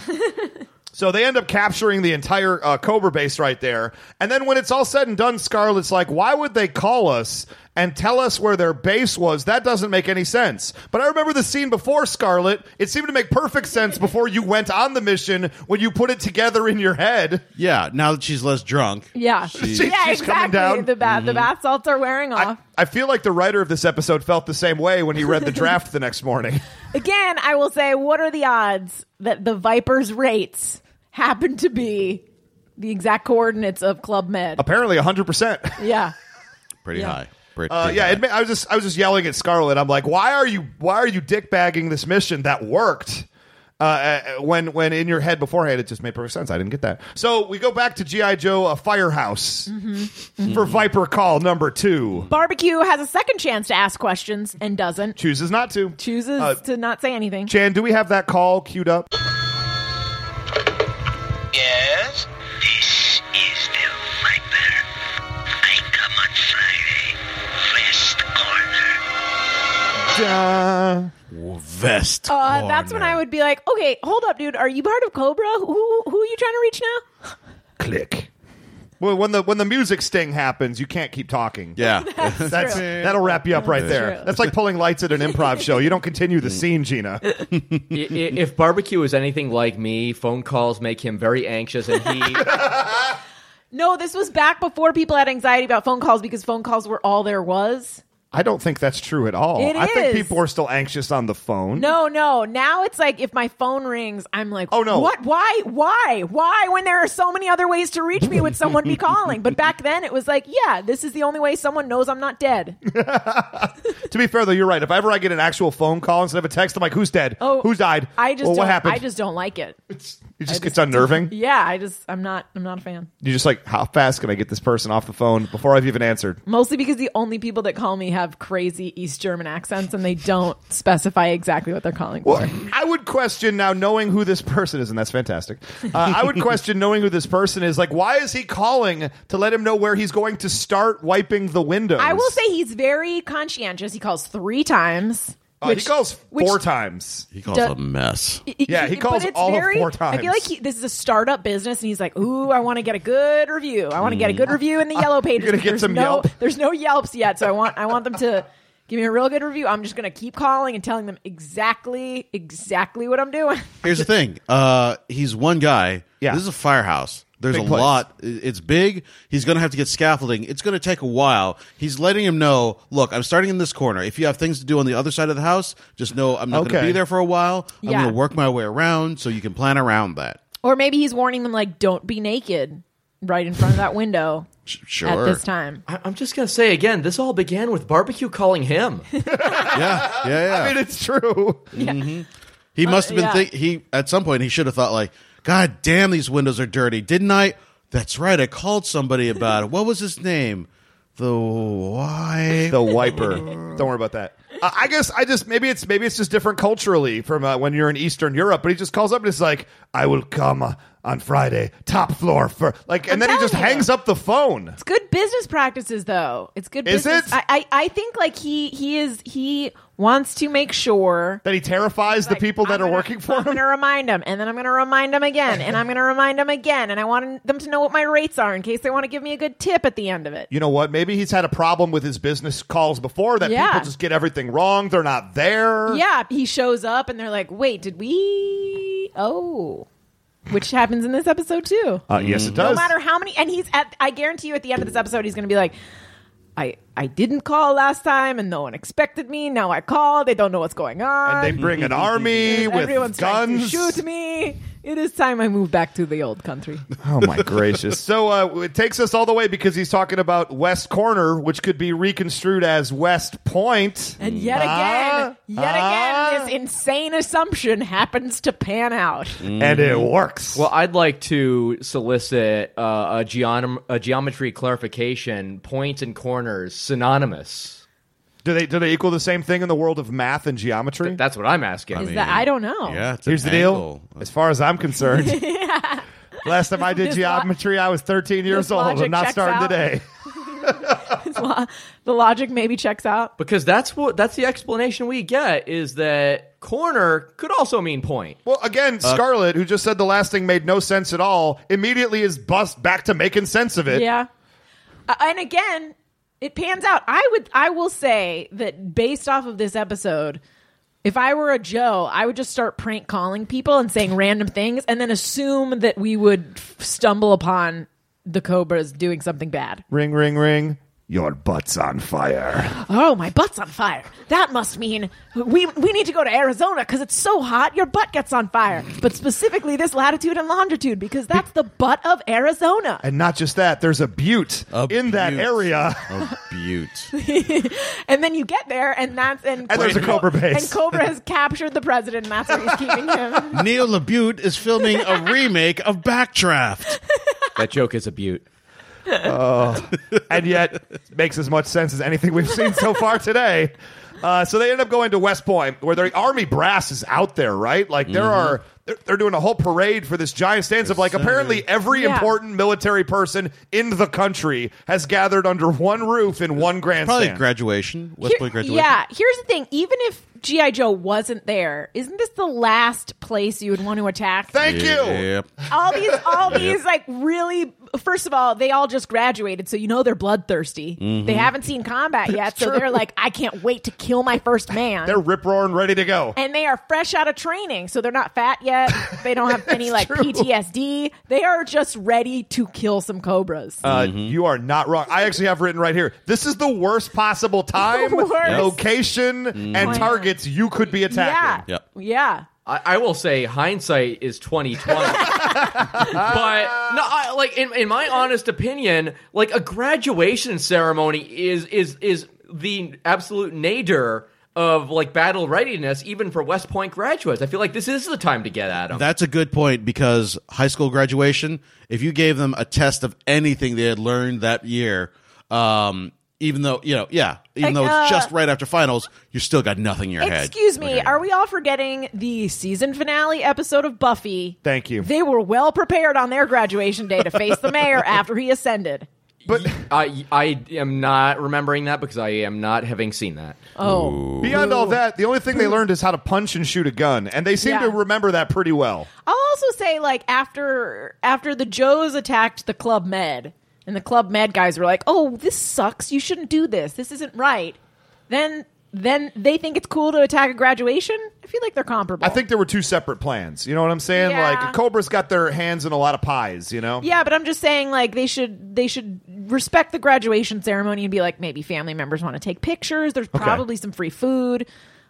[SPEAKER 3] So they end up capturing the entire uh, Cobra base right there. And then when it's all said and done, Scarlet's like, why would they call us and tell us where their base was? That doesn't make any sense. But I remember the scene before Scarlet. It seemed to make perfect sense before you went on the mission when you put it together in your head.
[SPEAKER 4] Yeah, now that she's less drunk.
[SPEAKER 5] Yeah,
[SPEAKER 3] she's
[SPEAKER 5] yeah,
[SPEAKER 3] coming
[SPEAKER 5] exactly.
[SPEAKER 3] down. Mm-hmm.
[SPEAKER 5] The bath, the bath salts are wearing
[SPEAKER 3] I,
[SPEAKER 5] off.
[SPEAKER 3] I feel like the writer of this episode felt the same way when he read the draft the next morning.
[SPEAKER 5] Again, I will say, what are the odds that the Vipers' rates happen to be the exact coordinates of Club Med?
[SPEAKER 3] Apparently 100%.
[SPEAKER 5] Yeah.
[SPEAKER 4] Pretty high. Pretty,
[SPEAKER 3] Uh,
[SPEAKER 4] pretty
[SPEAKER 3] yeah,
[SPEAKER 4] high.
[SPEAKER 3] it, ma- I was just I was just yelling at Scarlett. I'm like, why are you why are you dick bagging this mission that worked? Uh, uh, when when in your head beforehand, it just made perfect sense. I didn't get that. So we go back to GI Joe, a firehouse for Viper Call number two.
[SPEAKER 5] Barbecue has a second chance to ask questions and doesn't.
[SPEAKER 3] Chooses not to.
[SPEAKER 5] Chooses
[SPEAKER 3] Uh,
[SPEAKER 5] to not say anything.
[SPEAKER 3] Jan, do we have that call queued up?
[SPEAKER 8] Yes? This is the Viper. I come on Friday. West corner.
[SPEAKER 3] Duh.
[SPEAKER 4] Vest.
[SPEAKER 5] Uh, that's when I would be like, okay, hold up, dude. Are you part of Cobra? Who who are you trying to reach now?
[SPEAKER 3] Click. Well, when the when the music sting happens, you can't keep talking.
[SPEAKER 4] Yeah.
[SPEAKER 3] That's,
[SPEAKER 5] True.
[SPEAKER 3] that'll wrap you up right there.
[SPEAKER 5] true.
[SPEAKER 3] That's like pulling lights at an improv show. You don't continue the scene, Gina.
[SPEAKER 6] I- i- if barbecue is anything like me, phone calls make him very anxious, and he
[SPEAKER 5] No, this was back before people had anxiety about phone calls because phone calls were all there was.
[SPEAKER 3] I don't think that's true at all.
[SPEAKER 5] It
[SPEAKER 3] I think
[SPEAKER 5] is.
[SPEAKER 3] people are still anxious on the phone.
[SPEAKER 5] No, no. Now it's like if my phone rings, I'm like,
[SPEAKER 3] Oh, no.
[SPEAKER 5] what? Why? Why? Why? When there are so many other ways to reach me, would someone be calling? But back then, it was like, yeah, this is the only way someone knows I'm not dead.
[SPEAKER 3] To be fair, though, you're right. If ever I get an actual phone call instead of a text, I'm like, "Who's dead?
[SPEAKER 5] Oh,
[SPEAKER 3] Who's died?
[SPEAKER 5] I just
[SPEAKER 3] Well, what
[SPEAKER 5] don't-
[SPEAKER 3] happened?
[SPEAKER 5] I just don't like it.
[SPEAKER 3] it just gets unnerving.
[SPEAKER 5] Yeah, I just I'm not I'm not a fan.
[SPEAKER 3] You're just like, how fast can I get this person off the phone before I've even answered?
[SPEAKER 5] Mostly because the only people that call me have crazy East German accents and they don't specify exactly what they're calling for.
[SPEAKER 3] Well, I would question now knowing who this person is, and that's fantastic. Uh, I would question knowing who this person is. Like, why is he calling to let him know where he's going to start wiping the windows?
[SPEAKER 5] I will say he's very conscientious. He calls three times.
[SPEAKER 3] Uh,
[SPEAKER 5] which-
[SPEAKER 3] he calls
[SPEAKER 5] which-
[SPEAKER 3] four times.
[SPEAKER 4] He calls
[SPEAKER 5] Duh.
[SPEAKER 4] a mess.
[SPEAKER 3] Yeah, he
[SPEAKER 5] but
[SPEAKER 3] calls
[SPEAKER 5] it's
[SPEAKER 3] all of
[SPEAKER 5] very-
[SPEAKER 3] four
[SPEAKER 5] I
[SPEAKER 3] times.
[SPEAKER 5] feel like he, this is a startup business, and he's like, "Ooh, I want to get a good review. I want to get a good review in the yellow pages.
[SPEAKER 3] gonna
[SPEAKER 5] but
[SPEAKER 3] get
[SPEAKER 5] there's
[SPEAKER 3] some
[SPEAKER 5] no,
[SPEAKER 3] Yelp?
[SPEAKER 5] There's no Yelps yet, so I want I want them to give me a real good review. I'm just gonna keep calling and telling them exactly exactly what I'm doing.
[SPEAKER 4] Here's the thing. Uh, he's one guy.
[SPEAKER 3] Yeah.
[SPEAKER 4] This is a firehouse. There's
[SPEAKER 3] Big
[SPEAKER 4] a
[SPEAKER 3] place.
[SPEAKER 4] lot. I- It's big. He's going to have to get scaffolding. It's going to take a while. He's letting him know, look, I'm starting in this corner. If you have things to do on the other side of the house, just know I'm not going
[SPEAKER 3] Okay.
[SPEAKER 4] to be there for a while.
[SPEAKER 5] Yeah.
[SPEAKER 4] I'm going to work my way around so you can plan around that.
[SPEAKER 5] Or maybe he's warning them like, "Don't be naked right in front of that window
[SPEAKER 4] Sh- Sure.
[SPEAKER 5] at this time."
[SPEAKER 6] I- I'm just gonna say again, this all began with barbecue calling him.
[SPEAKER 4] Yeah. Yeah. yeah.
[SPEAKER 3] I mean, it's true.
[SPEAKER 4] He must have been
[SPEAKER 5] yeah.
[SPEAKER 4] think he at some point he should have thought like, God damn, these windows are dirty, didn't I? That's right, I called somebody about it. What was his name? The why?
[SPEAKER 3] the wiper. Don't worry about that. Uh, I guess I just maybe it's maybe it's just different culturally from uh, when you're in Eastern Europe. But he just calls up and it's like, "I will come uh, on Friday, top floor for like," and
[SPEAKER 5] I'm
[SPEAKER 3] then he
[SPEAKER 5] telling
[SPEAKER 3] just
[SPEAKER 5] you.
[SPEAKER 3] hangs up the phone.
[SPEAKER 5] It's good business practices, though. It's good.
[SPEAKER 3] Is
[SPEAKER 5] business.
[SPEAKER 3] it?
[SPEAKER 5] I, I I think like he he is he wants to make sure
[SPEAKER 3] Then he terrifies the people that are
[SPEAKER 5] I'm gonna-
[SPEAKER 3] working for
[SPEAKER 5] I'm
[SPEAKER 3] him.
[SPEAKER 5] going to remind them, and then I'm going to remind them again, and I'm going to remind them again, and I want them to know what my rates are in case they want to give me a good tip at the end of it.
[SPEAKER 3] You know what? Maybe he's had a problem with his business calls before that
[SPEAKER 5] Yeah.
[SPEAKER 3] people just get everything wrong. They're not there.
[SPEAKER 5] Yeah, he shows up, and they're like, "Wait, did we?" Oh, which happens in this episode too.
[SPEAKER 3] Uh, yes, it does.
[SPEAKER 5] no matter how many, and he's at. I guarantee you, at the end of this episode, he's going to be like. I, I didn't call last time and no one expected me. Now I call. They don't know what's going on.
[SPEAKER 3] and they bring an army with
[SPEAKER 5] Everyone's trying to
[SPEAKER 3] guns.
[SPEAKER 5] shoot me. It is time I move back to the old country.
[SPEAKER 3] Oh my gracious! so uh, it takes us all the way because he's talking about West Corner, which could be reconstrued as West Point.
[SPEAKER 5] And yet again,
[SPEAKER 3] Ah,
[SPEAKER 5] yet
[SPEAKER 3] ah.
[SPEAKER 5] again, this insane assumption happens to pan out.
[SPEAKER 3] and it works.
[SPEAKER 6] Well, I'd like to solicit uh, a, geon- a geometry clarification: points and corners synonymous.
[SPEAKER 3] do they do they equal the same thing in the world of math and geometry?
[SPEAKER 6] That's what I'm asking.
[SPEAKER 5] Is
[SPEAKER 3] Mm.
[SPEAKER 5] that I don't know.
[SPEAKER 4] Yeah. It's
[SPEAKER 3] Here's
[SPEAKER 4] an
[SPEAKER 3] the deal.
[SPEAKER 4] angle.
[SPEAKER 3] As far as I'm concerned, last time I did
[SPEAKER 5] This lo-
[SPEAKER 3] geometry, I was 13 years
[SPEAKER 5] this
[SPEAKER 3] old.
[SPEAKER 5] logic
[SPEAKER 3] I'm not
[SPEAKER 5] checks
[SPEAKER 3] starting
[SPEAKER 5] out.
[SPEAKER 3] today.
[SPEAKER 5] It's lo- the logic maybe checks out.
[SPEAKER 6] because that's what that's the explanation we get is that corner could also mean point.
[SPEAKER 3] Well, again,
[SPEAKER 5] Uh,
[SPEAKER 3] Scarlett, who just said the last thing made no sense at all, immediately is bust back to making sense of it.
[SPEAKER 5] Yeah. Uh, and again, it pans out. I would I will say that based off of this episode, if I were a Joe, I would just start prank calling people and saying random things and then assume that we would f- stumble upon the cobras doing something bad.
[SPEAKER 3] Ring, ring, ring. Your butt's on fire.
[SPEAKER 5] Oh, my butt's on fire. That must mean we we need to go to Arizona cuz it's so hot your butt gets on fire. But specifically this latitude and longitude because that's the butt of Arizona.
[SPEAKER 3] And not just that, there's a butte
[SPEAKER 4] A
[SPEAKER 3] in that
[SPEAKER 4] butte.
[SPEAKER 3] area.
[SPEAKER 4] A butte.
[SPEAKER 5] And then you get there, and that's and,
[SPEAKER 3] And there's a Cobra base.
[SPEAKER 5] and Cobra has captured the president, and that's where he's keeping him.
[SPEAKER 4] Neil LaBute is filming a remake of Backdraft.
[SPEAKER 6] That joke is a beaut.
[SPEAKER 3] and yet makes as much sense as anything we've seen so far today. Uh, so they end up going to West Point, where their army brass is out there, right? Like there
[SPEAKER 4] Mm-hmm.
[SPEAKER 3] are, they're, they're doing a whole parade for this giant stance of like apparently every
[SPEAKER 5] Yeah.
[SPEAKER 3] important military person in the country has gathered under one roof in one
[SPEAKER 4] Probably
[SPEAKER 3] grandstand.
[SPEAKER 4] graduation. West
[SPEAKER 5] Here-
[SPEAKER 4] Point graduation.
[SPEAKER 5] yeah, here's the thing: even if GI Joe wasn't there, isn't this the last place you would want to attack?
[SPEAKER 3] Thank you.
[SPEAKER 4] Yep.
[SPEAKER 5] all these, all these, like really. First of all, they all just graduated, so you know they're bloodthirsty. They haven't seen combat yet, so they're like, "I can't wait to kill my first man."
[SPEAKER 3] They're rip roaring, ready to go.
[SPEAKER 5] and they are fresh out of training, so they're not fat yet. They don't have any like PTSD. They are just ready to kill some cobras.
[SPEAKER 3] Uh, You are not wrong. I actually have written right here. This is the worst possible time,
[SPEAKER 5] Worst. Mm-hmm. Yep.
[SPEAKER 3] location, and targets you could be
[SPEAKER 5] yeah,
[SPEAKER 3] attacking.
[SPEAKER 4] Yep.
[SPEAKER 5] yeah.
[SPEAKER 6] I, I will say hindsight is twenty twenty. but no, I, like in, in my honest opinion, like a graduation ceremony is is is the absolute nadir of like battle readiness, even for West Point graduates. I feel like this is the time to get at them.
[SPEAKER 4] That's a good point because high school graduation, if you gave them a test of anything they had learned that year, um, even though, you know, yeah, even
[SPEAKER 5] Like,
[SPEAKER 4] though it's just
[SPEAKER 5] uh,
[SPEAKER 4] right after finals, you still got nothing in your head.
[SPEAKER 5] Excuse me,
[SPEAKER 4] Okay.
[SPEAKER 5] are we all forgetting the season finale episode of Buffy?
[SPEAKER 3] Thank you.
[SPEAKER 5] They were well prepared on their graduation day to face the mayor after he ascended.
[SPEAKER 3] But
[SPEAKER 6] I I am not remembering that because I am not having seen that.
[SPEAKER 5] Oh,
[SPEAKER 3] Beyond all that, the only thing they learned is how to punch and shoot a gun, and they seem
[SPEAKER 5] Mm. Yeah.
[SPEAKER 3] to remember that pretty well.
[SPEAKER 5] I'll also say like after after the Joes attacked the Club Med and the Club Med guys were like, "Oh, this sucks. You shouldn't do this. This isn't right." Then then they think it's cool to attack a graduation. I feel like they're comparable.
[SPEAKER 3] I think there were two separate plans. You know what I'm saying?
[SPEAKER 5] Oh. Yeah.
[SPEAKER 3] Like Cobra's got their hands in a lot of pies. You know?
[SPEAKER 5] Yeah, but I'm just saying like they should they should respect the graduation ceremony and be like maybe family members want to take pictures. There's probably some free food.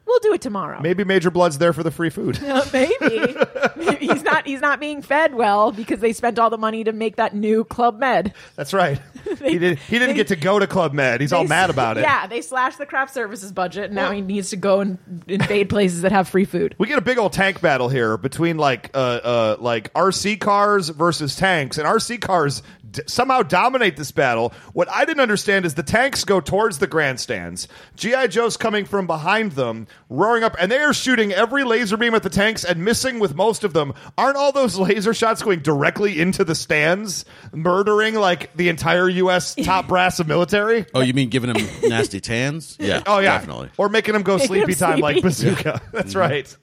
[SPEAKER 5] We'll do it tomorrow.
[SPEAKER 3] Maybe Major Blood's there for the free food.
[SPEAKER 5] Uh, maybe. Maybe he's not he's not being fed well because they spent all the money to make that new Club Med.
[SPEAKER 3] That's right. he did. He didn't get to go to Club Med. He's all
[SPEAKER 5] They-
[SPEAKER 3] mad about it.
[SPEAKER 5] Yeah, they slashed the craft services budget, and now he needs to go and invade places that have free food.
[SPEAKER 3] We get a big old tank battle here between like uh, uh like RC cars versus tanks, and RC cars d- somehow dominate this battle. What I didn't understand is the tanks go towards the grandstands. GI Joe's coming from behind them, roaring up, and they are shooting every laser beam at the tanks and missing with most of them. Aren't all those laser shots going directly into the stands, murdering like the entire U.S. top brass of military?
[SPEAKER 4] Oh, you mean giving them nasty tans? Yeah.
[SPEAKER 3] Oh yeah,
[SPEAKER 4] Definitely.
[SPEAKER 3] Or making them go
[SPEAKER 5] Making 'em
[SPEAKER 3] sleepy time like
[SPEAKER 5] sleepy.
[SPEAKER 3] Bazooka. That's right.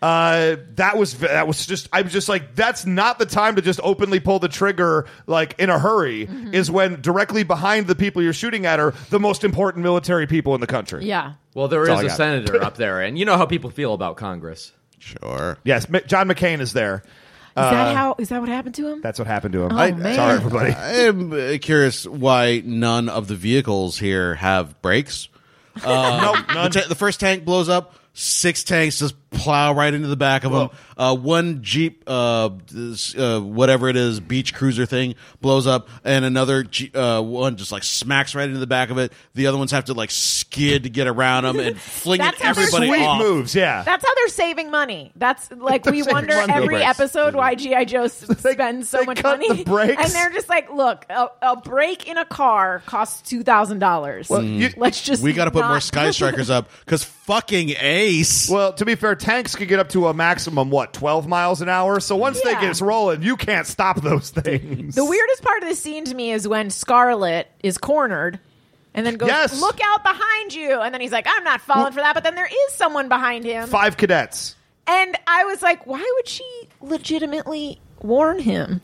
[SPEAKER 3] Uh, that was that was just I was just like that's not the time to just openly pull the trigger like in a hurry
[SPEAKER 5] Mm-hmm.
[SPEAKER 3] is when directly behind the people you're shooting at are the most important military people in the country.
[SPEAKER 5] Yeah.
[SPEAKER 6] Well, there
[SPEAKER 3] That's
[SPEAKER 6] is
[SPEAKER 3] all I
[SPEAKER 6] a
[SPEAKER 3] got.
[SPEAKER 6] senator up there, and you know how people feel about Congress.
[SPEAKER 4] Sure.
[SPEAKER 3] Yes, M- John McCain is there.
[SPEAKER 5] Is
[SPEAKER 3] Uh,
[SPEAKER 5] that how? Is that what happened to him?
[SPEAKER 3] That's what happened to him.
[SPEAKER 5] Oh, man.
[SPEAKER 3] Sorry, everybody.
[SPEAKER 4] I am uh, curious why none of the vehicles here have brakes. Uh,
[SPEAKER 3] nope,
[SPEAKER 4] The,
[SPEAKER 3] none.
[SPEAKER 4] ta- the first tank blows up. Six tanks just plow right into the back of them. Uh, one jeep, uh, this, uh, whatever it is, beach cruiser thing blows up, and another Jeep, uh, one just like smacks right into the back of it. The other ones have to like skid to get around them and flinging
[SPEAKER 5] That's how they're
[SPEAKER 4] everybody
[SPEAKER 3] Sweet
[SPEAKER 4] off.
[SPEAKER 3] moves, yeah.
[SPEAKER 5] That's how they're saving money. That's like we
[SPEAKER 3] saving
[SPEAKER 5] wonder
[SPEAKER 3] money.
[SPEAKER 5] every
[SPEAKER 3] Brakes.
[SPEAKER 5] episode why
[SPEAKER 4] Mm-hmm.
[SPEAKER 5] GI Joe s- spends so
[SPEAKER 3] they
[SPEAKER 5] much
[SPEAKER 3] cut
[SPEAKER 5] money,
[SPEAKER 3] the brakes.
[SPEAKER 5] and they're just like, look, a, a break in a car costs two thousand dollars.
[SPEAKER 3] you-
[SPEAKER 5] Let's just
[SPEAKER 4] We got to put more
[SPEAKER 5] not-
[SPEAKER 4] sky strikers up because fucking ace.
[SPEAKER 3] Well, to be fair, tanks could get up to a maximum what twelve miles an hour. So once
[SPEAKER 5] Yeah.
[SPEAKER 3] they get us rolling, you can't stop those things.
[SPEAKER 5] The weirdest part of this scene to me is when Scarlet is cornered and then goes,
[SPEAKER 3] Yes.
[SPEAKER 5] look out behind you. And then he's like, I'm not falling for that. But then there is someone behind him.
[SPEAKER 3] five cadets.
[SPEAKER 5] And I was like, why would she legitimately warn him?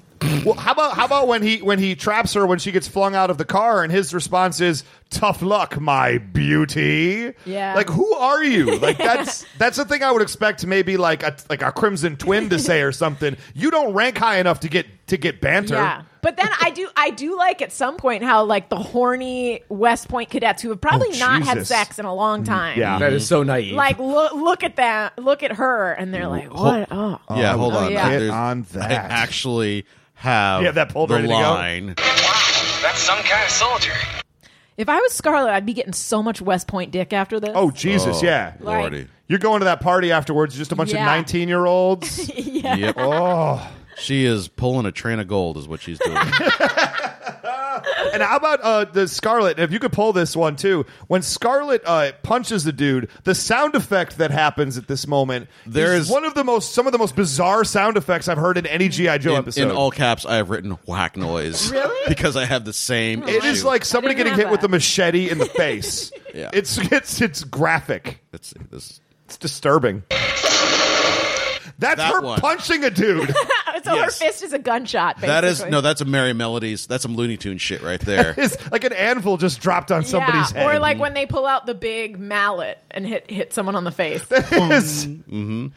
[SPEAKER 3] Well, how about how about when he when he traps her when she gets flung out of the car and his response is tough luck, my beauty.
[SPEAKER 5] Yeah.
[SPEAKER 3] Like who are you? Like that's that's the thing I would expect maybe like a like a crimson twin to say or something. You don't rank high enough to get to get banter.
[SPEAKER 5] Yeah. But then I do I do like at some point how like the horny West Point cadets who have probably
[SPEAKER 3] Oh,
[SPEAKER 5] not had
[SPEAKER 3] Jesus. Mm,
[SPEAKER 5] sex in a long time.
[SPEAKER 3] Yeah.
[SPEAKER 6] That is so naive.
[SPEAKER 5] Like look look at that look at her and they're like, What oh
[SPEAKER 4] yeah, hold
[SPEAKER 5] Oh,
[SPEAKER 4] on.
[SPEAKER 5] yeah.
[SPEAKER 4] I-
[SPEAKER 5] Get
[SPEAKER 4] there's-
[SPEAKER 3] on that.
[SPEAKER 4] I actually have
[SPEAKER 3] You have that pulled
[SPEAKER 4] the
[SPEAKER 3] ready to go?
[SPEAKER 4] line.
[SPEAKER 8] Wow, that's some kind of soldier.
[SPEAKER 5] If I was Scarlet, I'd be getting so much West Point dick after this.
[SPEAKER 3] Oh Jesus, yeah.
[SPEAKER 5] Like-
[SPEAKER 4] Lordy.
[SPEAKER 3] You're going to that party afterwards, just a bunch
[SPEAKER 5] Yeah.
[SPEAKER 3] of nineteen year olds.
[SPEAKER 4] Yep.
[SPEAKER 3] oh.
[SPEAKER 4] She is pulling a train of gold, is what she's doing.
[SPEAKER 3] And how about uh, the Scarlet? If you could pull this one too, when Scarlet uh, punches the dude, the sound effect that happens at this moment
[SPEAKER 4] There
[SPEAKER 3] is
[SPEAKER 4] is-
[SPEAKER 3] one of the most, some of the most bizarre sound effects I've heard in any GI Joe
[SPEAKER 4] in,
[SPEAKER 3] episode.
[SPEAKER 4] in all caps, I have written whack noise. Really? Because I have the same.
[SPEAKER 3] it is
[SPEAKER 4] issue.
[SPEAKER 3] like somebody
[SPEAKER 5] I
[SPEAKER 3] getting
[SPEAKER 5] didn't
[SPEAKER 3] hit
[SPEAKER 5] have
[SPEAKER 3] with
[SPEAKER 5] that.
[SPEAKER 3] a machete in the face.
[SPEAKER 4] Yeah.
[SPEAKER 3] It's it's it's graphic.
[SPEAKER 4] Let's see this.
[SPEAKER 3] It's disturbing. That's
[SPEAKER 4] That
[SPEAKER 3] her
[SPEAKER 4] one.
[SPEAKER 3] punching a dude.
[SPEAKER 5] so
[SPEAKER 4] yes.
[SPEAKER 5] her fist is a gunshot, basically.
[SPEAKER 4] That is no. That's a Merry Melodies. That's some Looney Tune shit right there.
[SPEAKER 3] it's like an anvil just dropped on somebody's
[SPEAKER 5] yeah,
[SPEAKER 3] head.
[SPEAKER 5] Or like when they pull out the big mallet and hit hit someone on the face.
[SPEAKER 3] Yes.
[SPEAKER 4] Mm.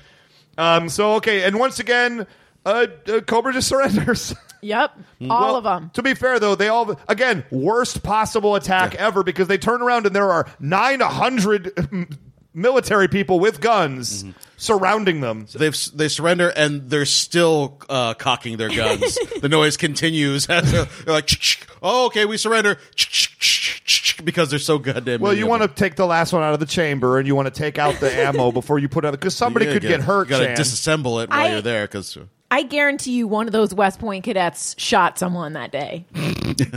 [SPEAKER 3] Um, so okay, and once again, uh, uh, Cobra just surrenders.
[SPEAKER 5] yep. All
[SPEAKER 3] Well,
[SPEAKER 5] of them.
[SPEAKER 3] To be fair, though, they all again worst possible attack ever because they turn around and there are nine hundred military people with guns
[SPEAKER 4] Mm-hmm.
[SPEAKER 3] surrounding them.
[SPEAKER 4] They've they surrender and they're still uh, cocking their guns. the noise continues as they're, they're like, "Ch-ch-ch. "Oh, okay, we surrender," Ch-ch-ch-ch-ch-ch, because they're so goddamn.
[SPEAKER 3] Well,
[SPEAKER 4] many
[SPEAKER 3] you
[SPEAKER 4] of
[SPEAKER 3] want to
[SPEAKER 4] them.
[SPEAKER 3] take the last one out of the chamber, and you want to take out the ammo before you put out because somebody
[SPEAKER 4] Yeah, you
[SPEAKER 3] could
[SPEAKER 4] gotta-
[SPEAKER 3] get hurt.
[SPEAKER 4] You gotta
[SPEAKER 3] Shan.
[SPEAKER 4] disassemble it while
[SPEAKER 5] I-
[SPEAKER 4] you're there because
[SPEAKER 5] I guarantee you one of those West Point cadets shot someone that day.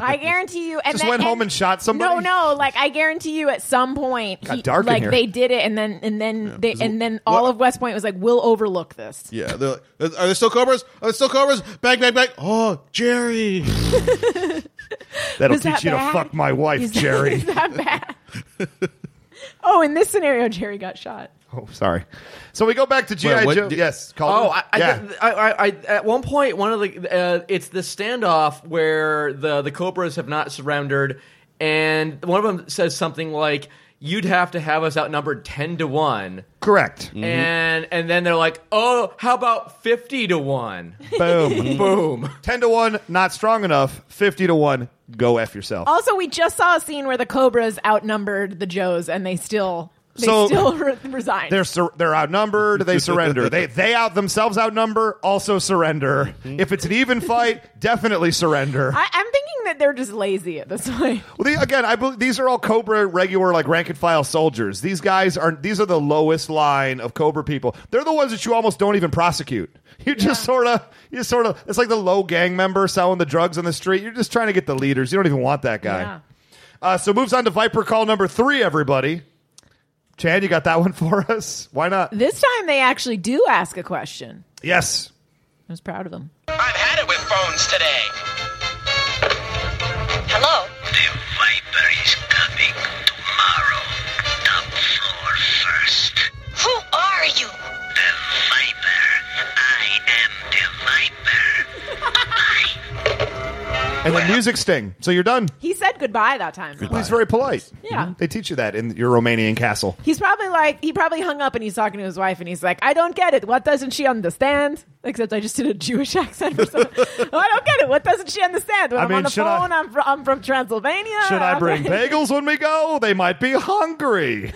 [SPEAKER 5] I guarantee you and
[SPEAKER 3] Just
[SPEAKER 5] then-
[SPEAKER 3] went home and shot somebody?
[SPEAKER 5] No, no, like I guarantee you at some point
[SPEAKER 3] Got dark in
[SPEAKER 5] like
[SPEAKER 3] here.
[SPEAKER 5] they did it and then and then they and then all of West Point was like, We'll overlook this.
[SPEAKER 4] yeah, they're like, "Are there still cobras? Are there still cobras? Bang, bang, bang! Oh, Jerry!
[SPEAKER 3] That'll
[SPEAKER 5] Was
[SPEAKER 3] teach
[SPEAKER 5] that
[SPEAKER 3] you
[SPEAKER 5] bad?
[SPEAKER 3] to fuck my wife,
[SPEAKER 5] Is that-
[SPEAKER 3] Jerry.
[SPEAKER 5] is that bad? oh, in this scenario, Jerry got shot.
[SPEAKER 3] oh, sorry. So we go back to GI
[SPEAKER 4] Wait, what
[SPEAKER 3] Joe.
[SPEAKER 4] did-
[SPEAKER 3] yes, Calder.
[SPEAKER 6] Oh, I, I, I, I, I, at one point, one of the uh, it's the standoff where the the Cobras have not surrendered, and one of them says something like, "You'd have to have us outnumbered ten to one,"
[SPEAKER 3] correct.
[SPEAKER 6] Mm-hmm.
[SPEAKER 4] Mm.
[SPEAKER 6] and and then they're like, "Oh, how about fifty to one?"
[SPEAKER 3] Boom.
[SPEAKER 4] Mm-hmm.
[SPEAKER 6] Boom.
[SPEAKER 3] 10 to 1, not strong enough. 50 to 1, go F yourself.
[SPEAKER 5] Also, we just saw a scene where the Cobras outnumbered the Joes, and they still they
[SPEAKER 3] So-
[SPEAKER 5] still re- resigned.
[SPEAKER 3] They're sur- they're outnumbered. They surrender. they they out themselves outnumber. Also surrender. If it's an even fight, definitely surrender.
[SPEAKER 5] I, I'm thinking that they're just lazy at this point.
[SPEAKER 3] Well, the, again, I believe these are all Cobra regular like rank and file soldiers. These guys are these are the lowest line of Cobra people. They're the ones that you almost don't even prosecute. You just sort of you just sort of it's like the low gang member selling the drugs on the street. You're just trying to get the leaders. You don't even want that guy.
[SPEAKER 5] Yeah.
[SPEAKER 3] Uh, so moves on to Viper call number three. Everybody, Chan, you got that one for us? Why not?
[SPEAKER 5] This time, they actually do ask a question.
[SPEAKER 3] Yes.
[SPEAKER 5] I was proud of them.
[SPEAKER 8] I've had it with phones today.
[SPEAKER 9] Hello?
[SPEAKER 8] The Viper is coming tomorrow. Top floor first.
[SPEAKER 9] Who are you?
[SPEAKER 8] The Viper. I am the Viper.
[SPEAKER 3] And then music sting. So you're done.
[SPEAKER 5] He said goodbye that time. though.
[SPEAKER 3] He's very polite. Mm-hmm.
[SPEAKER 5] Yeah.
[SPEAKER 3] They teach you that in your Romanian castle.
[SPEAKER 5] He's probably like he probably hung up and he's talking to his wife and he's like, I don't get it. What doesn't she understand? Except I just did a Jewish accent or something. "Oh, I don't get it. What doesn't she understand? When
[SPEAKER 3] I
[SPEAKER 5] I am
[SPEAKER 3] mean,
[SPEAKER 5] on the
[SPEAKER 3] should I-
[SPEAKER 5] phone, I... am from, I'm from Transylvania.
[SPEAKER 3] Should I
[SPEAKER 5] I'm
[SPEAKER 3] bring
[SPEAKER 5] from-
[SPEAKER 3] bagels when we go? They might be hungry.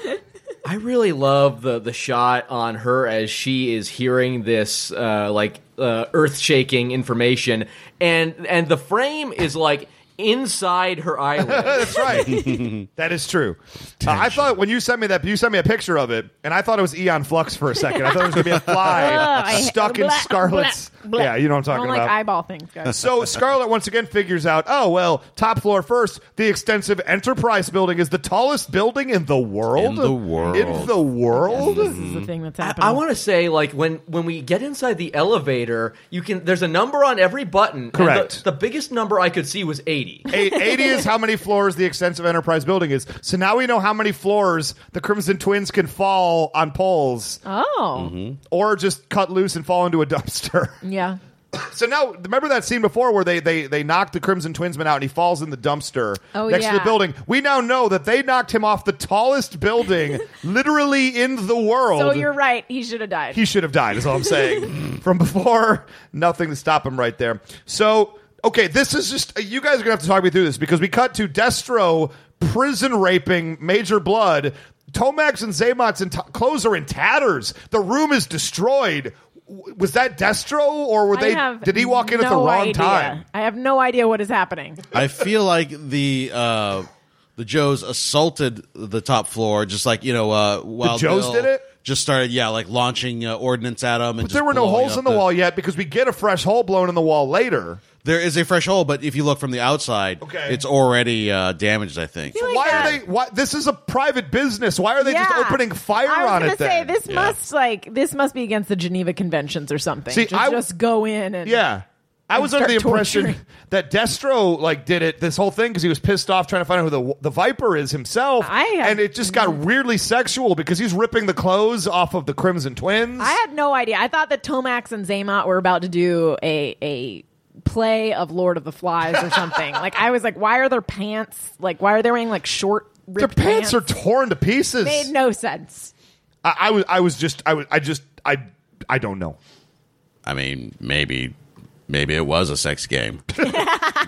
[SPEAKER 6] I really love the the shot on her as she is hearing this uh, like uh, earth shaking information, and and the frame is like inside her eyelid.
[SPEAKER 3] That's right. that is true. Uh, I thought when you sent me that, you sent me a picture of it, and I thought it was Eon Flux for a second. I thought it was going to be a
[SPEAKER 5] Oh,
[SPEAKER 3] fly
[SPEAKER 5] I-
[SPEAKER 3] stuck in
[SPEAKER 5] blah,
[SPEAKER 3] Scarlet's
[SPEAKER 5] Blech.
[SPEAKER 3] Yeah, you know what I'm talking
[SPEAKER 5] Don't like
[SPEAKER 3] about.
[SPEAKER 5] eyeball things, guys.
[SPEAKER 3] So Scarlet once again figures out, oh well, top floor first. The extensive Enterprise building is the tallest building in the world.
[SPEAKER 4] In the world.
[SPEAKER 3] In the world.
[SPEAKER 5] this is the thing that's happening.
[SPEAKER 6] I want to say like when when we get inside the elevator, you can there's a number on every button. and the-
[SPEAKER 3] Correct.
[SPEAKER 6] the, biggest number I could see was 80.
[SPEAKER 3] Eight- 80 is how many floors the extensive enterprise building is. So now we know how many floors the Crimson Twins can fall on poles
[SPEAKER 5] oh,
[SPEAKER 3] or just cut loose and fall into a dumpster.
[SPEAKER 5] yeah.
[SPEAKER 3] so now, remember that scene before where they, they, they knocked the Crimson Twinsman out and he falls in the dumpster
[SPEAKER 5] Oh,
[SPEAKER 3] next to the
[SPEAKER 5] yeah.
[SPEAKER 3] building. We now know that they knocked him off the tallest building literally in the world.
[SPEAKER 5] So you're right. He should have died.
[SPEAKER 3] He should have died, is all I'm saying. From before, nothing to stop him right there. So, okay, this is just, you guys are going to have to talk me through this because we cut to Destro prison raping Major Blood. Tomax and Zaymot's in t- clothes are in tatters. The room is destroyed. W- Was that Destro or were
[SPEAKER 5] I
[SPEAKER 3] they?
[SPEAKER 5] have
[SPEAKER 3] Did he walk in at the
[SPEAKER 5] no
[SPEAKER 3] wrong
[SPEAKER 5] idea.
[SPEAKER 3] time?
[SPEAKER 5] I have no idea what is happening.
[SPEAKER 4] I feel like the uh, the Joes assaulted the top floor, just like you know, uh, while
[SPEAKER 3] Joes
[SPEAKER 4] Bill
[SPEAKER 3] did it?
[SPEAKER 4] Just started, yeah, like launching uh, ordnance at them. And
[SPEAKER 3] But there were no holes in the, wall yet because we get a fresh hole blown in the wall later.
[SPEAKER 4] There is a fresh hole, but if you look from the outside,
[SPEAKER 3] Okay.
[SPEAKER 4] it's already uh, damaged. I think.
[SPEAKER 5] feel like
[SPEAKER 3] Why are they?
[SPEAKER 5] that-
[SPEAKER 3] Why, this is a private business. Why are they just opening fire
[SPEAKER 5] I was
[SPEAKER 3] on
[SPEAKER 5] gonna
[SPEAKER 3] it?
[SPEAKER 5] say
[SPEAKER 3] then?
[SPEAKER 5] this must like this must be against the Geneva Conventions or something.
[SPEAKER 3] See,
[SPEAKER 5] just,
[SPEAKER 3] I-
[SPEAKER 5] just go in and
[SPEAKER 3] Yeah. I
[SPEAKER 5] and
[SPEAKER 3] was under the
[SPEAKER 5] start
[SPEAKER 3] impression
[SPEAKER 5] torturing.
[SPEAKER 3] that Destro like did it this whole thing because he was pissed off trying to find out who the the Viper is himself,
[SPEAKER 5] I have-
[SPEAKER 3] and it just got weirdly sexual because he's ripping the clothes off of the Crimson Twins.
[SPEAKER 5] I had no idea. I thought that Tomax and Zaymot were about to do a a play of Lord of the Flies or something. like I was like, why are their pants like why are they wearing like short
[SPEAKER 3] Their
[SPEAKER 5] ripped
[SPEAKER 3] pants, are torn to pieces.
[SPEAKER 5] made no sense.
[SPEAKER 3] I, I was I was just I was I just I I don't know.
[SPEAKER 4] I mean, maybe maybe it was a sex game.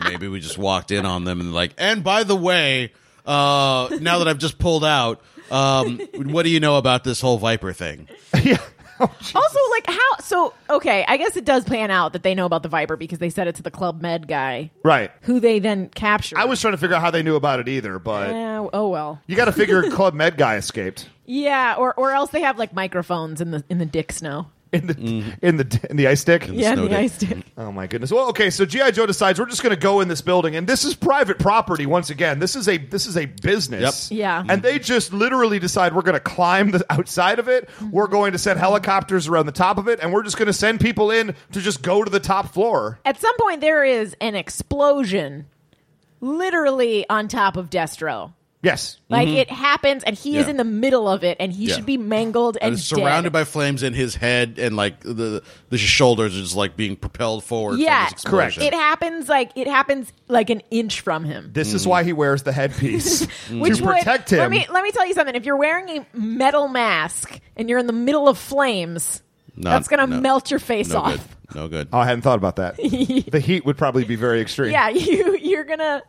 [SPEAKER 4] maybe we just walked in on them and like, and by the way, uh, now that I've just pulled out, um, what do you know about this whole Viper thing?
[SPEAKER 3] yeah.
[SPEAKER 5] Also, like how so okay, I guess it does pan out that they know about the Viper because they said it to the Club Med guy.
[SPEAKER 3] Right.
[SPEAKER 5] Who they then captured.
[SPEAKER 3] I was trying to figure out how they knew about it either, but
[SPEAKER 5] Eh, oh well.
[SPEAKER 3] you got to figure Club Med guy escaped
[SPEAKER 5] Yeah, or or else they have like microphones in the in the dick snow.
[SPEAKER 3] in the in the in the ice stick.
[SPEAKER 5] Yeah, Mm-hmm. in
[SPEAKER 4] snow
[SPEAKER 5] the
[SPEAKER 4] dick.
[SPEAKER 5] ice dick.
[SPEAKER 3] Oh my goodness. Well, okay, so GI Joe decides we're just going to go in this building and this is private property once again. This is a this is a business.
[SPEAKER 5] Yep. Yeah.
[SPEAKER 3] And they just literally decide we're going to climb the outside of it.
[SPEAKER 5] Mm-hmm.
[SPEAKER 3] We're going to send helicopters around the top of it and we're just going to send people in to just go to the top floor.
[SPEAKER 5] At some point, there is an explosion, literally on top of Destro.
[SPEAKER 3] Yes.
[SPEAKER 5] Like it happens, and he is
[SPEAKER 4] Mm-hmm. Yeah.
[SPEAKER 5] in the middle of it, and he
[SPEAKER 4] Yeah.
[SPEAKER 5] should be mangled and
[SPEAKER 4] And surrounded
[SPEAKER 5] dead.
[SPEAKER 4] by flames in his head and like the the shoulders are just like being propelled forward.
[SPEAKER 5] Yeah,
[SPEAKER 4] from this explosion.
[SPEAKER 5] It happens like it happens like an inch from him.
[SPEAKER 3] This is why he wears the headpiece
[SPEAKER 5] Which
[SPEAKER 3] to
[SPEAKER 5] would-
[SPEAKER 3] protect him.
[SPEAKER 5] Let me let me tell you something. If you're wearing a metal mask and you're in the middle of flames,
[SPEAKER 4] Not-
[SPEAKER 5] that's gonna
[SPEAKER 4] no.
[SPEAKER 5] melt your face
[SPEAKER 4] no
[SPEAKER 5] off.
[SPEAKER 4] good. No good.
[SPEAKER 3] oh, I hadn't thought about that. the heat would probably be very extreme.
[SPEAKER 5] Yeah, you you're gonna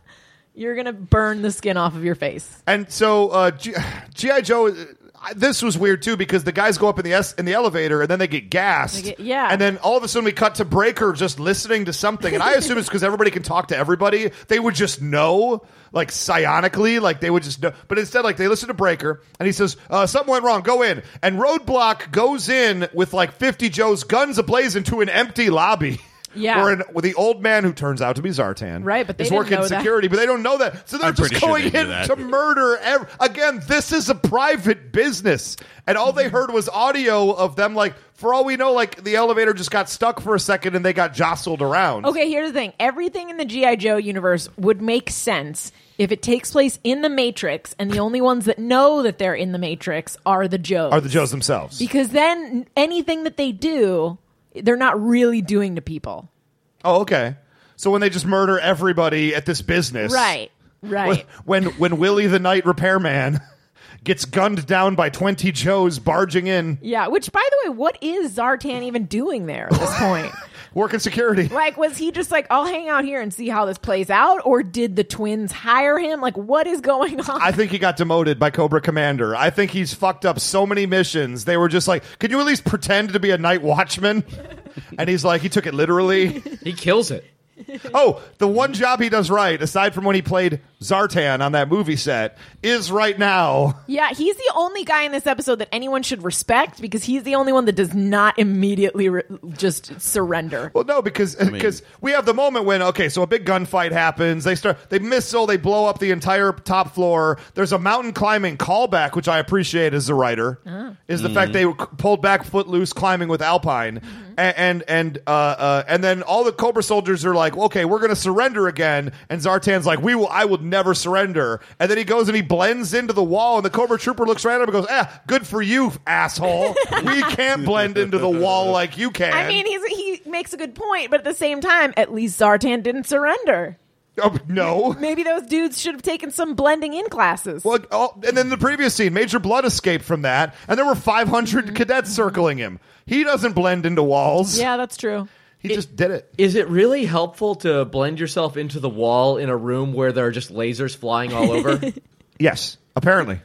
[SPEAKER 5] you're gonna burn the skin off of your face.
[SPEAKER 3] And so uh, G- GI Joe. uh, I- This was weird too because the guys go up in the es- in the elevator and then they get gassed.
[SPEAKER 5] They get- yeah.
[SPEAKER 3] And then all of a sudden we cut to Breaker just listening to something, and I assume it's because everybody can talk to everybody. They would just know, like psionically, like they would just know. But instead, like they listen to Breaker and he says uh, something went wrong. Go in, and Roadblock goes in with like fifty Joes, guns ablaze, into an empty lobby.
[SPEAKER 5] Yeah.
[SPEAKER 3] Or an, with the old man who turns out to be Zartan.
[SPEAKER 5] Right, but they
[SPEAKER 3] is
[SPEAKER 5] didn't
[SPEAKER 3] working
[SPEAKER 5] know that.
[SPEAKER 3] security, but they don't know that. So they're
[SPEAKER 4] I'm
[SPEAKER 3] just
[SPEAKER 4] pretty sure
[SPEAKER 3] going
[SPEAKER 4] they knew
[SPEAKER 3] in
[SPEAKER 4] that.
[SPEAKER 3] to murder. Ev- Again, this is a private business, and all they heard was audio of them. Like, for all we know, like the elevator just got stuck for a second, and they got jostled around.
[SPEAKER 5] Okay, here's the thing. Everything in the GI Joe universe would make sense if it takes place in the Matrix, and the only ones that know that they're in the Matrix are the Joes.
[SPEAKER 3] Are the Joes themselves?
[SPEAKER 5] because then anything that they do, they're not really doing to people.
[SPEAKER 3] oh, okay. So when they just murder everybody at this business,
[SPEAKER 5] Right.
[SPEAKER 3] When
[SPEAKER 5] Right.
[SPEAKER 3] when, when Willie the Night Repairman gets gunned down by twenty Joes barging in,
[SPEAKER 5] yeah. Which, by the way, what is Zartan even doing there at this point?
[SPEAKER 3] working security.
[SPEAKER 5] like, was he just like, I'll hang out here and see how this plays out, or did the twins hire him? Like, what is going on?
[SPEAKER 3] I think he got demoted by Cobra Commander. I think he's fucked up so many missions. They were just like, "Could you at least pretend to be a night watchman?" And he's like, he took it literally.
[SPEAKER 6] He kills it.
[SPEAKER 3] Oh, the one job he does right, aside from when he played Zartan on that movie set, is right now.
[SPEAKER 5] Yeah, he's the only guy in this episode that anyone should respect because he's the only one that does not immediately re- just surrender.
[SPEAKER 3] Well, no, because because we have the moment when okay, so a big gunfight happens. They start they missile, they blow up the entire top floor. There's a mountain climbing callback, which I appreciate as a writer,
[SPEAKER 5] Oh.
[SPEAKER 3] is the fact they c- pulled back Footloose climbing with Alpine,
[SPEAKER 5] Mm-hmm.
[SPEAKER 3] A- and and uh, uh, and then all the Cobra soldiers are like, okay, we're gonna surrender again, and Zartan's like, we will, I will never surrender, and then he goes and he blends into the wall, and the Cobra trooper looks right at him and goes, ah, good for you, asshole. we can't blend into the wall like you can.
[SPEAKER 5] I mean, he's, he makes a good point, but at the same time, at least Zartan didn't surrender.
[SPEAKER 3] Oh, no.
[SPEAKER 5] Maybe those dunes should have taken some blending in classes.
[SPEAKER 3] Well, oh, and then the previous scene, Major Blood escaped from that, and there were 500 cadets circling him. He doesn't blend into walls.
[SPEAKER 5] Mm-hmm. yeah, that's true.
[SPEAKER 3] He just did it.
[SPEAKER 6] Is it really helpful to blend yourself into the wall in a room where there are just lasers flying all over?
[SPEAKER 3] Yes, apparently.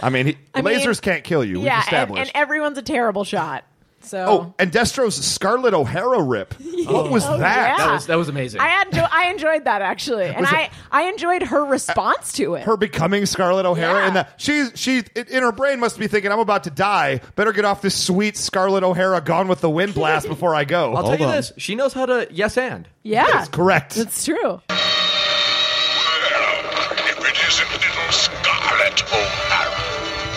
[SPEAKER 3] I mean, he,
[SPEAKER 5] I mean-
[SPEAKER 3] lasers can't kill you.
[SPEAKER 5] yeah,
[SPEAKER 3] We've
[SPEAKER 5] and,
[SPEAKER 3] established.
[SPEAKER 5] and everyone's a terrible shot. So
[SPEAKER 3] oh, and Destro's Scarlet O'Hara rip. What was
[SPEAKER 5] Oh,
[SPEAKER 3] that?
[SPEAKER 5] yeah.
[SPEAKER 6] that was that was amazing.
[SPEAKER 5] I had I enjoyed that actually, and I I enjoyed her response to it.
[SPEAKER 3] Her becoming Scarlet O'Hara,
[SPEAKER 5] Yeah.
[SPEAKER 3] and that she's she in in her brain must be thinking, "I'm about to die. Better get off this sweet Scarlet O'Hara Gone with the Wind blast before I go."
[SPEAKER 6] I'll tell
[SPEAKER 4] Hold
[SPEAKER 6] you
[SPEAKER 4] on.
[SPEAKER 6] this: she knows how to yes and.
[SPEAKER 5] yeah,
[SPEAKER 3] That's correct.
[SPEAKER 5] That's true.
[SPEAKER 8] Well, if it isn't little Scarlet O'Hara.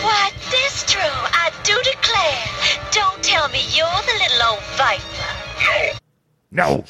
[SPEAKER 9] Why, this true, I do declare. Don't tell me you're the little old viper.
[SPEAKER 3] No,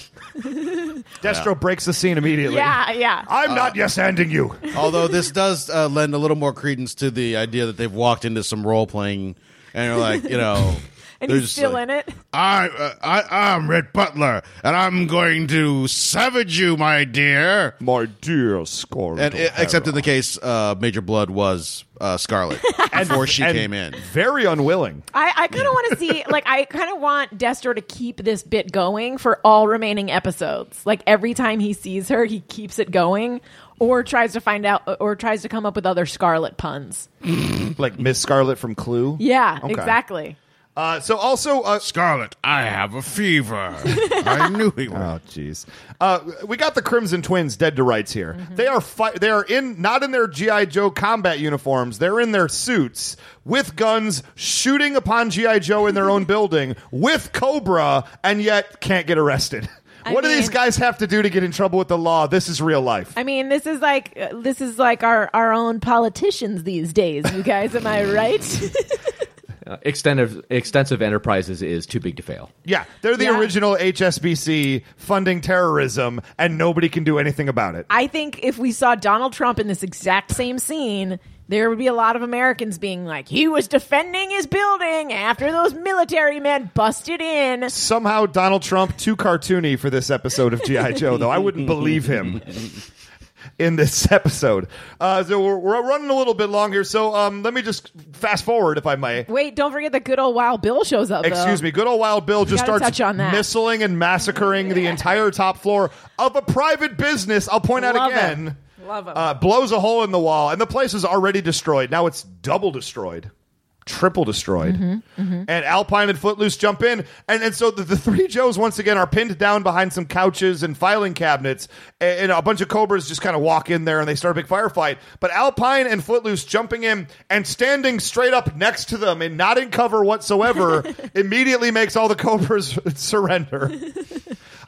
[SPEAKER 3] Destro breaks the scene immediately.
[SPEAKER 5] Yeah, yeah.
[SPEAKER 3] I'm not yes handing you.
[SPEAKER 4] Although this does uh, lend a little more credence to the idea that they've walked into some role playing and you're like, you know.
[SPEAKER 5] and
[SPEAKER 4] they're
[SPEAKER 5] he's
[SPEAKER 4] just
[SPEAKER 5] still
[SPEAKER 4] like,
[SPEAKER 5] in it.
[SPEAKER 4] I, uh, I, I'm Red Butler, and I'm going to savage you, my dear.
[SPEAKER 3] My dear Scarlet.
[SPEAKER 4] And it, except in the case, uh, Major Blood was uh, Scarlet before she came in.
[SPEAKER 3] Very unwilling.
[SPEAKER 5] I, I kind of want to see, like, I kind of want Destro to keep this bit going for all remaining episodes. Like, every time he sees her, he keeps it going or tries to find out or tries to come up with other Scarlet puns.
[SPEAKER 3] Like Miss Scarlet from Clue.
[SPEAKER 5] Yeah,
[SPEAKER 3] Okay.
[SPEAKER 5] exactly.
[SPEAKER 3] Uh, so also, uh,
[SPEAKER 4] Scarlet, I have a fever. I knew he would.
[SPEAKER 3] oh jeez, uh, we got the Crimson Twins dead to rights here.
[SPEAKER 5] Mm-hmm.
[SPEAKER 3] They are fi- they are in not in their GI Joe combat uniforms. They're in their suits with guns, shooting upon GI Joe in their own building with Cobra, and yet can't get arrested.
[SPEAKER 5] I
[SPEAKER 3] what do these
[SPEAKER 5] mean-
[SPEAKER 3] guys have to do to get in trouble with the law? This is real life.
[SPEAKER 5] I mean, this is like uh, this is like our our own politicians these days. You guys, am I right?
[SPEAKER 6] Uh, extensive extensive enterprises is too big to fail.
[SPEAKER 3] Yeah, they're the
[SPEAKER 5] Yeah.
[SPEAKER 3] original HSBC funding terrorism, and nobody can do anything about it.
[SPEAKER 5] I think if we saw Donald Trump in this exact same scene, there would be a lot of Americans being like, "He was defending his building after those military men busted in."
[SPEAKER 3] Somehow, Donald Trump too cartoony for this episode of GI Joe, though I wouldn't believe him in this episode. Uh, so we're, we're running a little bit long here, so um, let me just fast forward, if I may.
[SPEAKER 5] Wait, don't forget that good old Wild Bill shows up.
[SPEAKER 3] Excuse me, good old Wild Bill just
[SPEAKER 5] gotta
[SPEAKER 3] starts
[SPEAKER 5] touch on that.
[SPEAKER 3] missiling and massacring the entire top floor of a private business. I'll point out
[SPEAKER 5] Love
[SPEAKER 3] again.
[SPEAKER 5] him. Love him.
[SPEAKER 3] Uh, blows a hole in the wall, and the place is already destroyed. Now it's double destroyed, triple destroyed. And Alpine and Footloose jump in, and and so the, the three Joes once again are pinned down behind some couches and filing cabinets, and, and a bunch of Cobras just kind of walk in there and they start a big firefight. But Alpine and Footloose jumping in and standing straight up next to them and not in cover whatsoever immediately makes all the Cobras surrender.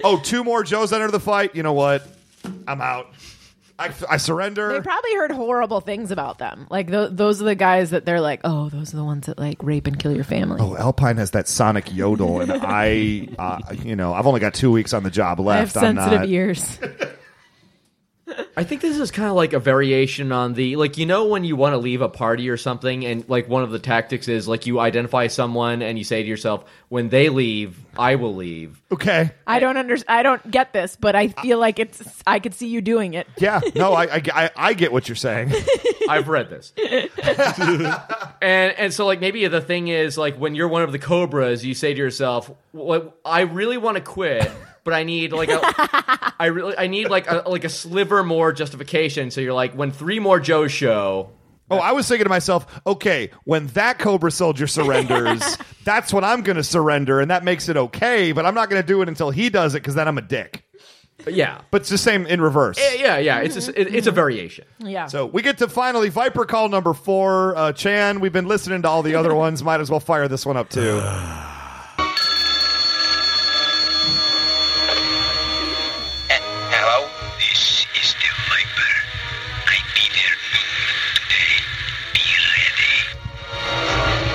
[SPEAKER 3] oh, two more Joes enter the fight. You know what? I'm out. I, I surrender.
[SPEAKER 5] They probably heard horrible things about them. Like th- those are the guys that they're like, "Oh, those are the ones that like rape and kill your family."
[SPEAKER 3] Oh, Alpine has that sonic yodel, and I, uh, you know, I've only got two weeks on the job
[SPEAKER 5] I have
[SPEAKER 3] left. I'm
[SPEAKER 5] sensitive
[SPEAKER 3] not-
[SPEAKER 5] ears.
[SPEAKER 6] I think this is kind of like a variation on the like you know when you want to leave a party or something and like one of the tactics is like you identify someone and you say to yourself when they leave I will leave.
[SPEAKER 3] Okay.
[SPEAKER 5] I don't under I don't get this, but I feel like it's I could see you doing it.
[SPEAKER 3] Yeah. No, I, I, I- I get what you're saying.
[SPEAKER 6] I've read this. and and so like maybe the thing is like when you're one of the cobras you say to yourself well, I really want to quit but I need like a I really I need like a like a sliver more justification so you're like when three more joes show
[SPEAKER 3] Oh, I was thinking to myself, okay, when that Cobra soldier surrenders, that's when I'm going to surrender, and that makes it okay. But I'm not going to do it until he does it because then I'm a dick.
[SPEAKER 6] But yeah.
[SPEAKER 3] But it's the same in reverse.
[SPEAKER 6] Eh, Yeah, yeah. It's just, it, it's a variation.
[SPEAKER 5] Yeah.
[SPEAKER 3] So we get to finally Viper call number four. Uh, Chan, we've been listening to all the other ones. Might as well fire this one up too.
[SPEAKER 8] Hello? This is the Viper. I'll be there noon today.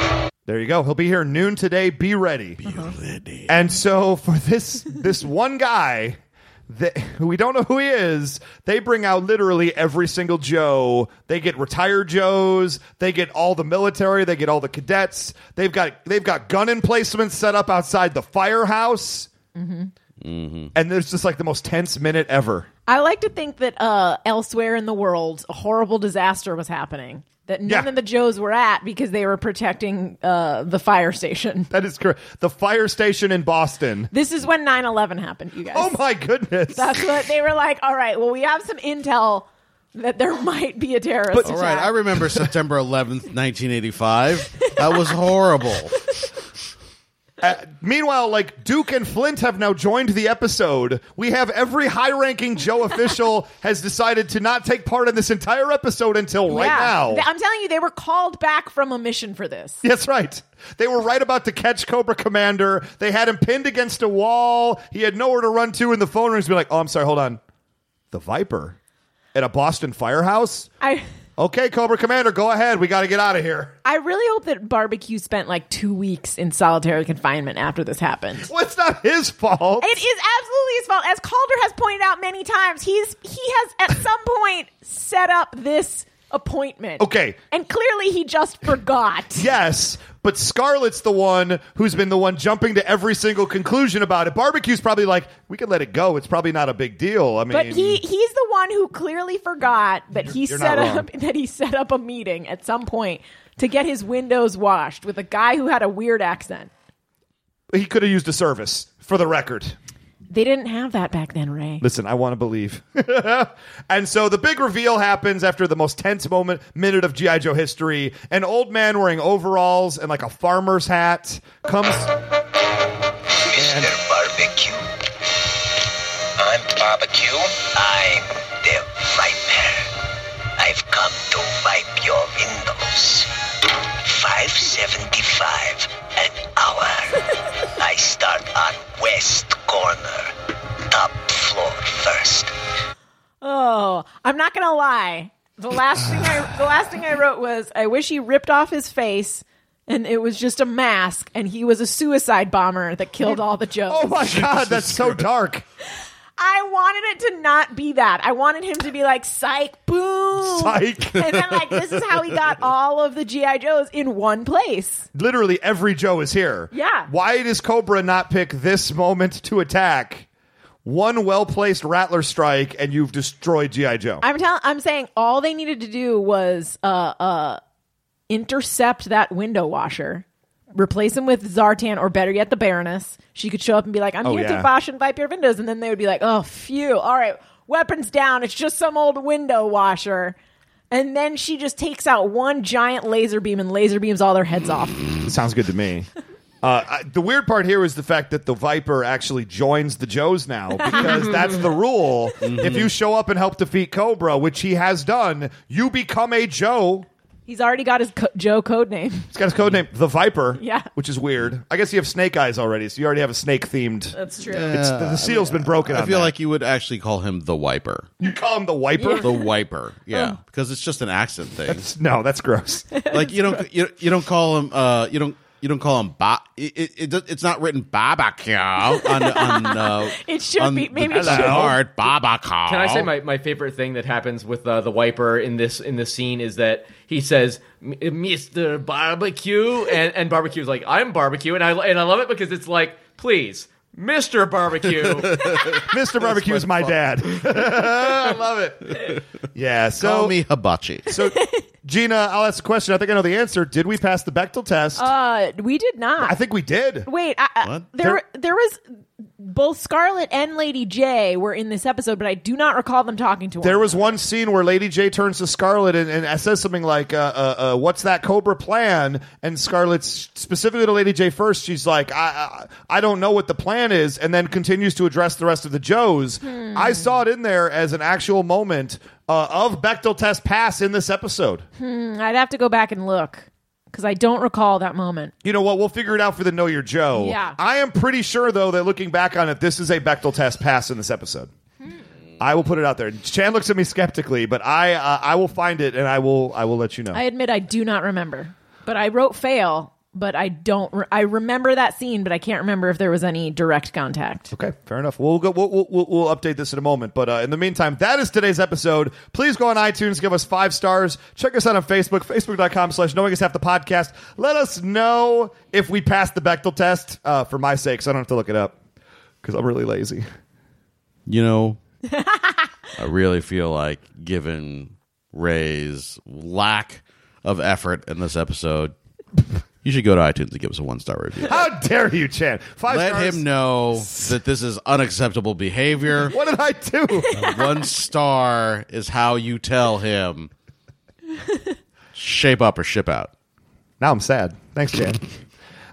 [SPEAKER 8] Be ready.
[SPEAKER 3] There you go. He'll be here noon today. Be ready. Be ready. And so for this this one guy that we don't know who he is, they bring out literally every single Joe. They get retired Joes, they get all the military, they get all the cadets. They've got they've got gun emplacements set up outside the firehouse. And there's just like the most tense minute ever.
[SPEAKER 5] I like to think that uh, elsewhere in the world, a horrible disaster was happening that none
[SPEAKER 3] Yeah.
[SPEAKER 5] of the Joes were at because they were protecting uh, the fire station.
[SPEAKER 3] That is correct. The fire station in Boston.
[SPEAKER 5] This is when 9 11 happened, you guys.
[SPEAKER 3] Oh my goodness.
[SPEAKER 5] That's what they were like. All right, well, we have some intel that there might be a terrorist
[SPEAKER 3] But-
[SPEAKER 4] All
[SPEAKER 5] attack.
[SPEAKER 4] right, I remember September 11th, 1985. That was horrible.
[SPEAKER 3] Meanwhile, like Duke and Flint have now joined the episode. We have every high-ranking Joe official has decided to not take part in this entire episode until right
[SPEAKER 5] Yeah.
[SPEAKER 3] now.
[SPEAKER 5] Th- I'm telling you, they were called back from a mission for this.
[SPEAKER 3] That's right. They were right about to catch Cobra Commander. They had him pinned against a wall. He had nowhere to run to, and the phone rings. Be like, oh, I'm sorry, hold on. The Viper at a Boston firehouse.
[SPEAKER 5] I.
[SPEAKER 3] Okay, Cobra Commander, go ahead. We got to get out of here.
[SPEAKER 5] I really hope that Barbecue spent like two weeks in solitary confinement after this happened.
[SPEAKER 3] Well, it's not his fault.
[SPEAKER 5] It is absolutely his fault. As Calder has pointed out many times, he's he has at some point set up this appointment.
[SPEAKER 3] Okay.
[SPEAKER 5] And clearly he just forgot.
[SPEAKER 3] Yes, but Scarlett's the one who's been the one jumping to every single conclusion about it. Barbecue's probably like, we can let it go. It's probably not a big deal. I mean,
[SPEAKER 5] But he he's the one who clearly forgot that he
[SPEAKER 3] you're
[SPEAKER 5] set
[SPEAKER 3] not wrong.
[SPEAKER 5] up that he set up a meeting at some point to get his windows washed with a guy who had a weird accent.
[SPEAKER 3] he could have used a service for the record.
[SPEAKER 5] They didn't have that back then, Ray.
[SPEAKER 3] Listen, I want to believe. and so the big reveal happens after the most tense moment minute of GI Joe history. An old man wearing overalls and like a farmer's hat comes.
[SPEAKER 8] Mr. Barbecue. I'm Barbecue. I'm the Viper. I've come to wipe your windows. 575 an hour. I start on west corner. Top floor first.
[SPEAKER 5] Oh, I'm not gonna lie. The last thing I the last thing I wrote was I wish he ripped off his face and it was just a mask and he was a suicide bomber that killed all the jokes.
[SPEAKER 3] Oh my God, that's so dark.
[SPEAKER 5] I wanted it to not be that. I wanted him to be like psych boom.
[SPEAKER 3] Psych.
[SPEAKER 5] And then like this is how he got all of the GI Joes in one place.
[SPEAKER 3] literally every Joe is here.
[SPEAKER 5] Yeah.
[SPEAKER 3] Why does Cobra not pick this moment to attack? One well placed Rattler strike, and you've destroyed G.I. Joe.
[SPEAKER 5] I'm telling I'm saying all they needed to do was uh uh intercept that window washer. Replace him with Zartan or better yet the Baroness. She could show up and be like, I'm
[SPEAKER 3] Oh,
[SPEAKER 5] here
[SPEAKER 3] yeah.
[SPEAKER 5] to wash and wipe your windows and then they would be like, Oh phew, all right, weapons down, it's just some old window washer. And then she just takes out one giant laser beam and laser beams all their heads off.
[SPEAKER 3] Sounds good to me. Uh, I, the weird part here is the fact that the Viper actually joins the Joes now because that's the rule. If you show up and help defeat Cobra, which he has done, you become a Joe.
[SPEAKER 5] He's already got his co- Joe code name.
[SPEAKER 3] He's got his code name, the Viper.
[SPEAKER 5] Yeah.
[SPEAKER 3] which is weird. I guess you have Snake Eyes already, so you already have a snake themed.
[SPEAKER 5] That's true.
[SPEAKER 3] It's the, the seal's been broken.
[SPEAKER 4] I
[SPEAKER 3] on
[SPEAKER 4] feel
[SPEAKER 3] that.
[SPEAKER 4] like you would actually call him the wiper.
[SPEAKER 3] you call him the Wiper.
[SPEAKER 4] The wiper. Yeah, because it's just an accent thing.
[SPEAKER 3] No, that's gross.
[SPEAKER 4] Like you don't you, you don't call him uh you don't you don't call him ba it, it, it, do- it's not written barbecue on on uh,
[SPEAKER 5] It should
[SPEAKER 4] on
[SPEAKER 5] be- maybe
[SPEAKER 4] the
[SPEAKER 5] it should.
[SPEAKER 4] card, barbecue.
[SPEAKER 6] Can I say my, my favorite thing that happens with uh, the wiper in this in this scene is that he says "M- Mr. Barbecue and and barbecue's like I'm barbecue and I and I love it because it's like please Mr. Barbecue
[SPEAKER 3] Mr. Barbecue is my dad.
[SPEAKER 6] I love it.
[SPEAKER 3] Yeah, so
[SPEAKER 4] call me hibachi?
[SPEAKER 3] so Gina, I'll ask a question. I think I know the answer. Did we pass the Bechtel test?
[SPEAKER 5] Uh, we did not.
[SPEAKER 3] I think we did.
[SPEAKER 5] Wait, I, I-
[SPEAKER 4] What?
[SPEAKER 5] there there was both Scarlet and Lady J were in this episode, but I do not recall them talking to
[SPEAKER 3] There
[SPEAKER 5] one.
[SPEAKER 3] was one scene where Lady J turns to Scarlet and, and says something like, uh, uh, uh, "What's that Cobra plan?" And Scarlet's specifically to Lady J first. She's like, I, "I I don't know what the plan is," and then continues to address the rest of the Joes. I saw it in there as an actual moment uh, of Bechtel test pass in this episode.
[SPEAKER 5] Mm, I'd have to go back and look because I don't recall that moment.
[SPEAKER 3] You know what? We'll figure it out for the Know Your Joe.
[SPEAKER 5] Yeah.
[SPEAKER 3] I am pretty sure though that looking back on it, this is a Bechtel test pass in this episode.
[SPEAKER 5] Hmm.
[SPEAKER 3] I will put it out there. Chan looks at me skeptically, but I uh, I will find it and I will I will let you know.
[SPEAKER 5] I admit I do not remember, but I wrote fail. But I don't. Re- I remember that scene, but I can't remember if there was any direct contact.
[SPEAKER 3] Okay, fair enough. We'll go. We'll, we'll, we'll- we'll update this in a moment. But uh, in the meantime, that is today's episode. Please go on iTunes, give us five stars. Check us out on Facebook, facebook.com slash knowing us half the podcast. Let us know if we passed the Bechtel test uh, for my sake, so I don't have to look it up because I'm really lazy.
[SPEAKER 4] You know, I really feel like given Ray's lack of effort in this episode, you should go to iTunes and give us a one star review.
[SPEAKER 3] How dare you, Chan? Five
[SPEAKER 4] Let
[SPEAKER 3] stars.
[SPEAKER 4] him know that this is unacceptable behavior.
[SPEAKER 3] What did I do?
[SPEAKER 4] one star is how you tell him shape up or ship out.
[SPEAKER 3] now I'm sad. Thanks, Chan.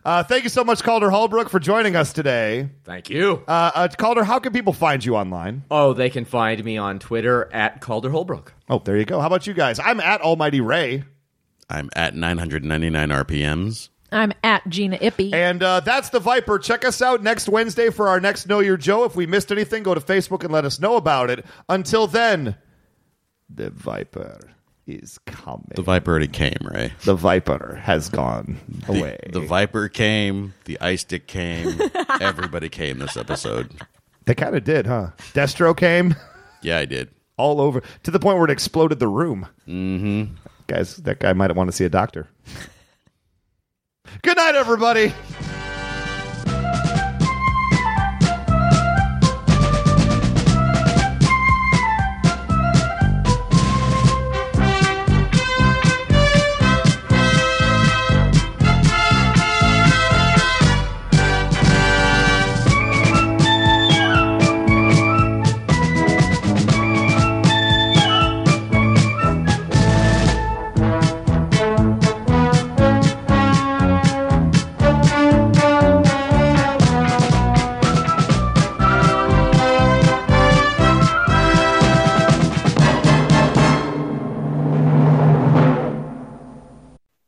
[SPEAKER 3] Uh, thank you so much, Calder Holbrook, for joining us today.
[SPEAKER 6] Thank you.
[SPEAKER 3] Uh, uh, Calder, how can people find you online?
[SPEAKER 4] Uh,
[SPEAKER 6] oh, they can find me on Twitter at Calder Holbrook.
[SPEAKER 3] Oh, there you go. How about you guys? I'm at Almighty Ray.
[SPEAKER 4] I'm at 999 RPMs.
[SPEAKER 5] I'm at Gina Ippy.
[SPEAKER 3] And uh, that's the Viper. Check us out next Wednesday for our next Know Your Joe. If we missed anything, go to Facebook and let us know about it. Until then, the Viper is coming.
[SPEAKER 4] The Viper already came, Ray.
[SPEAKER 3] The Viper has gone
[SPEAKER 4] The,
[SPEAKER 3] away.
[SPEAKER 4] the Viper came. The Ice Dick came. Everybody came this episode.
[SPEAKER 3] they kind of did, huh? Destro came
[SPEAKER 4] Yeah, I did.
[SPEAKER 3] all over to the point where it exploded the room. Mm-hmm. Guys, that guy might want to see a doctor. Good night, everybody.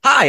[SPEAKER 10] Hi,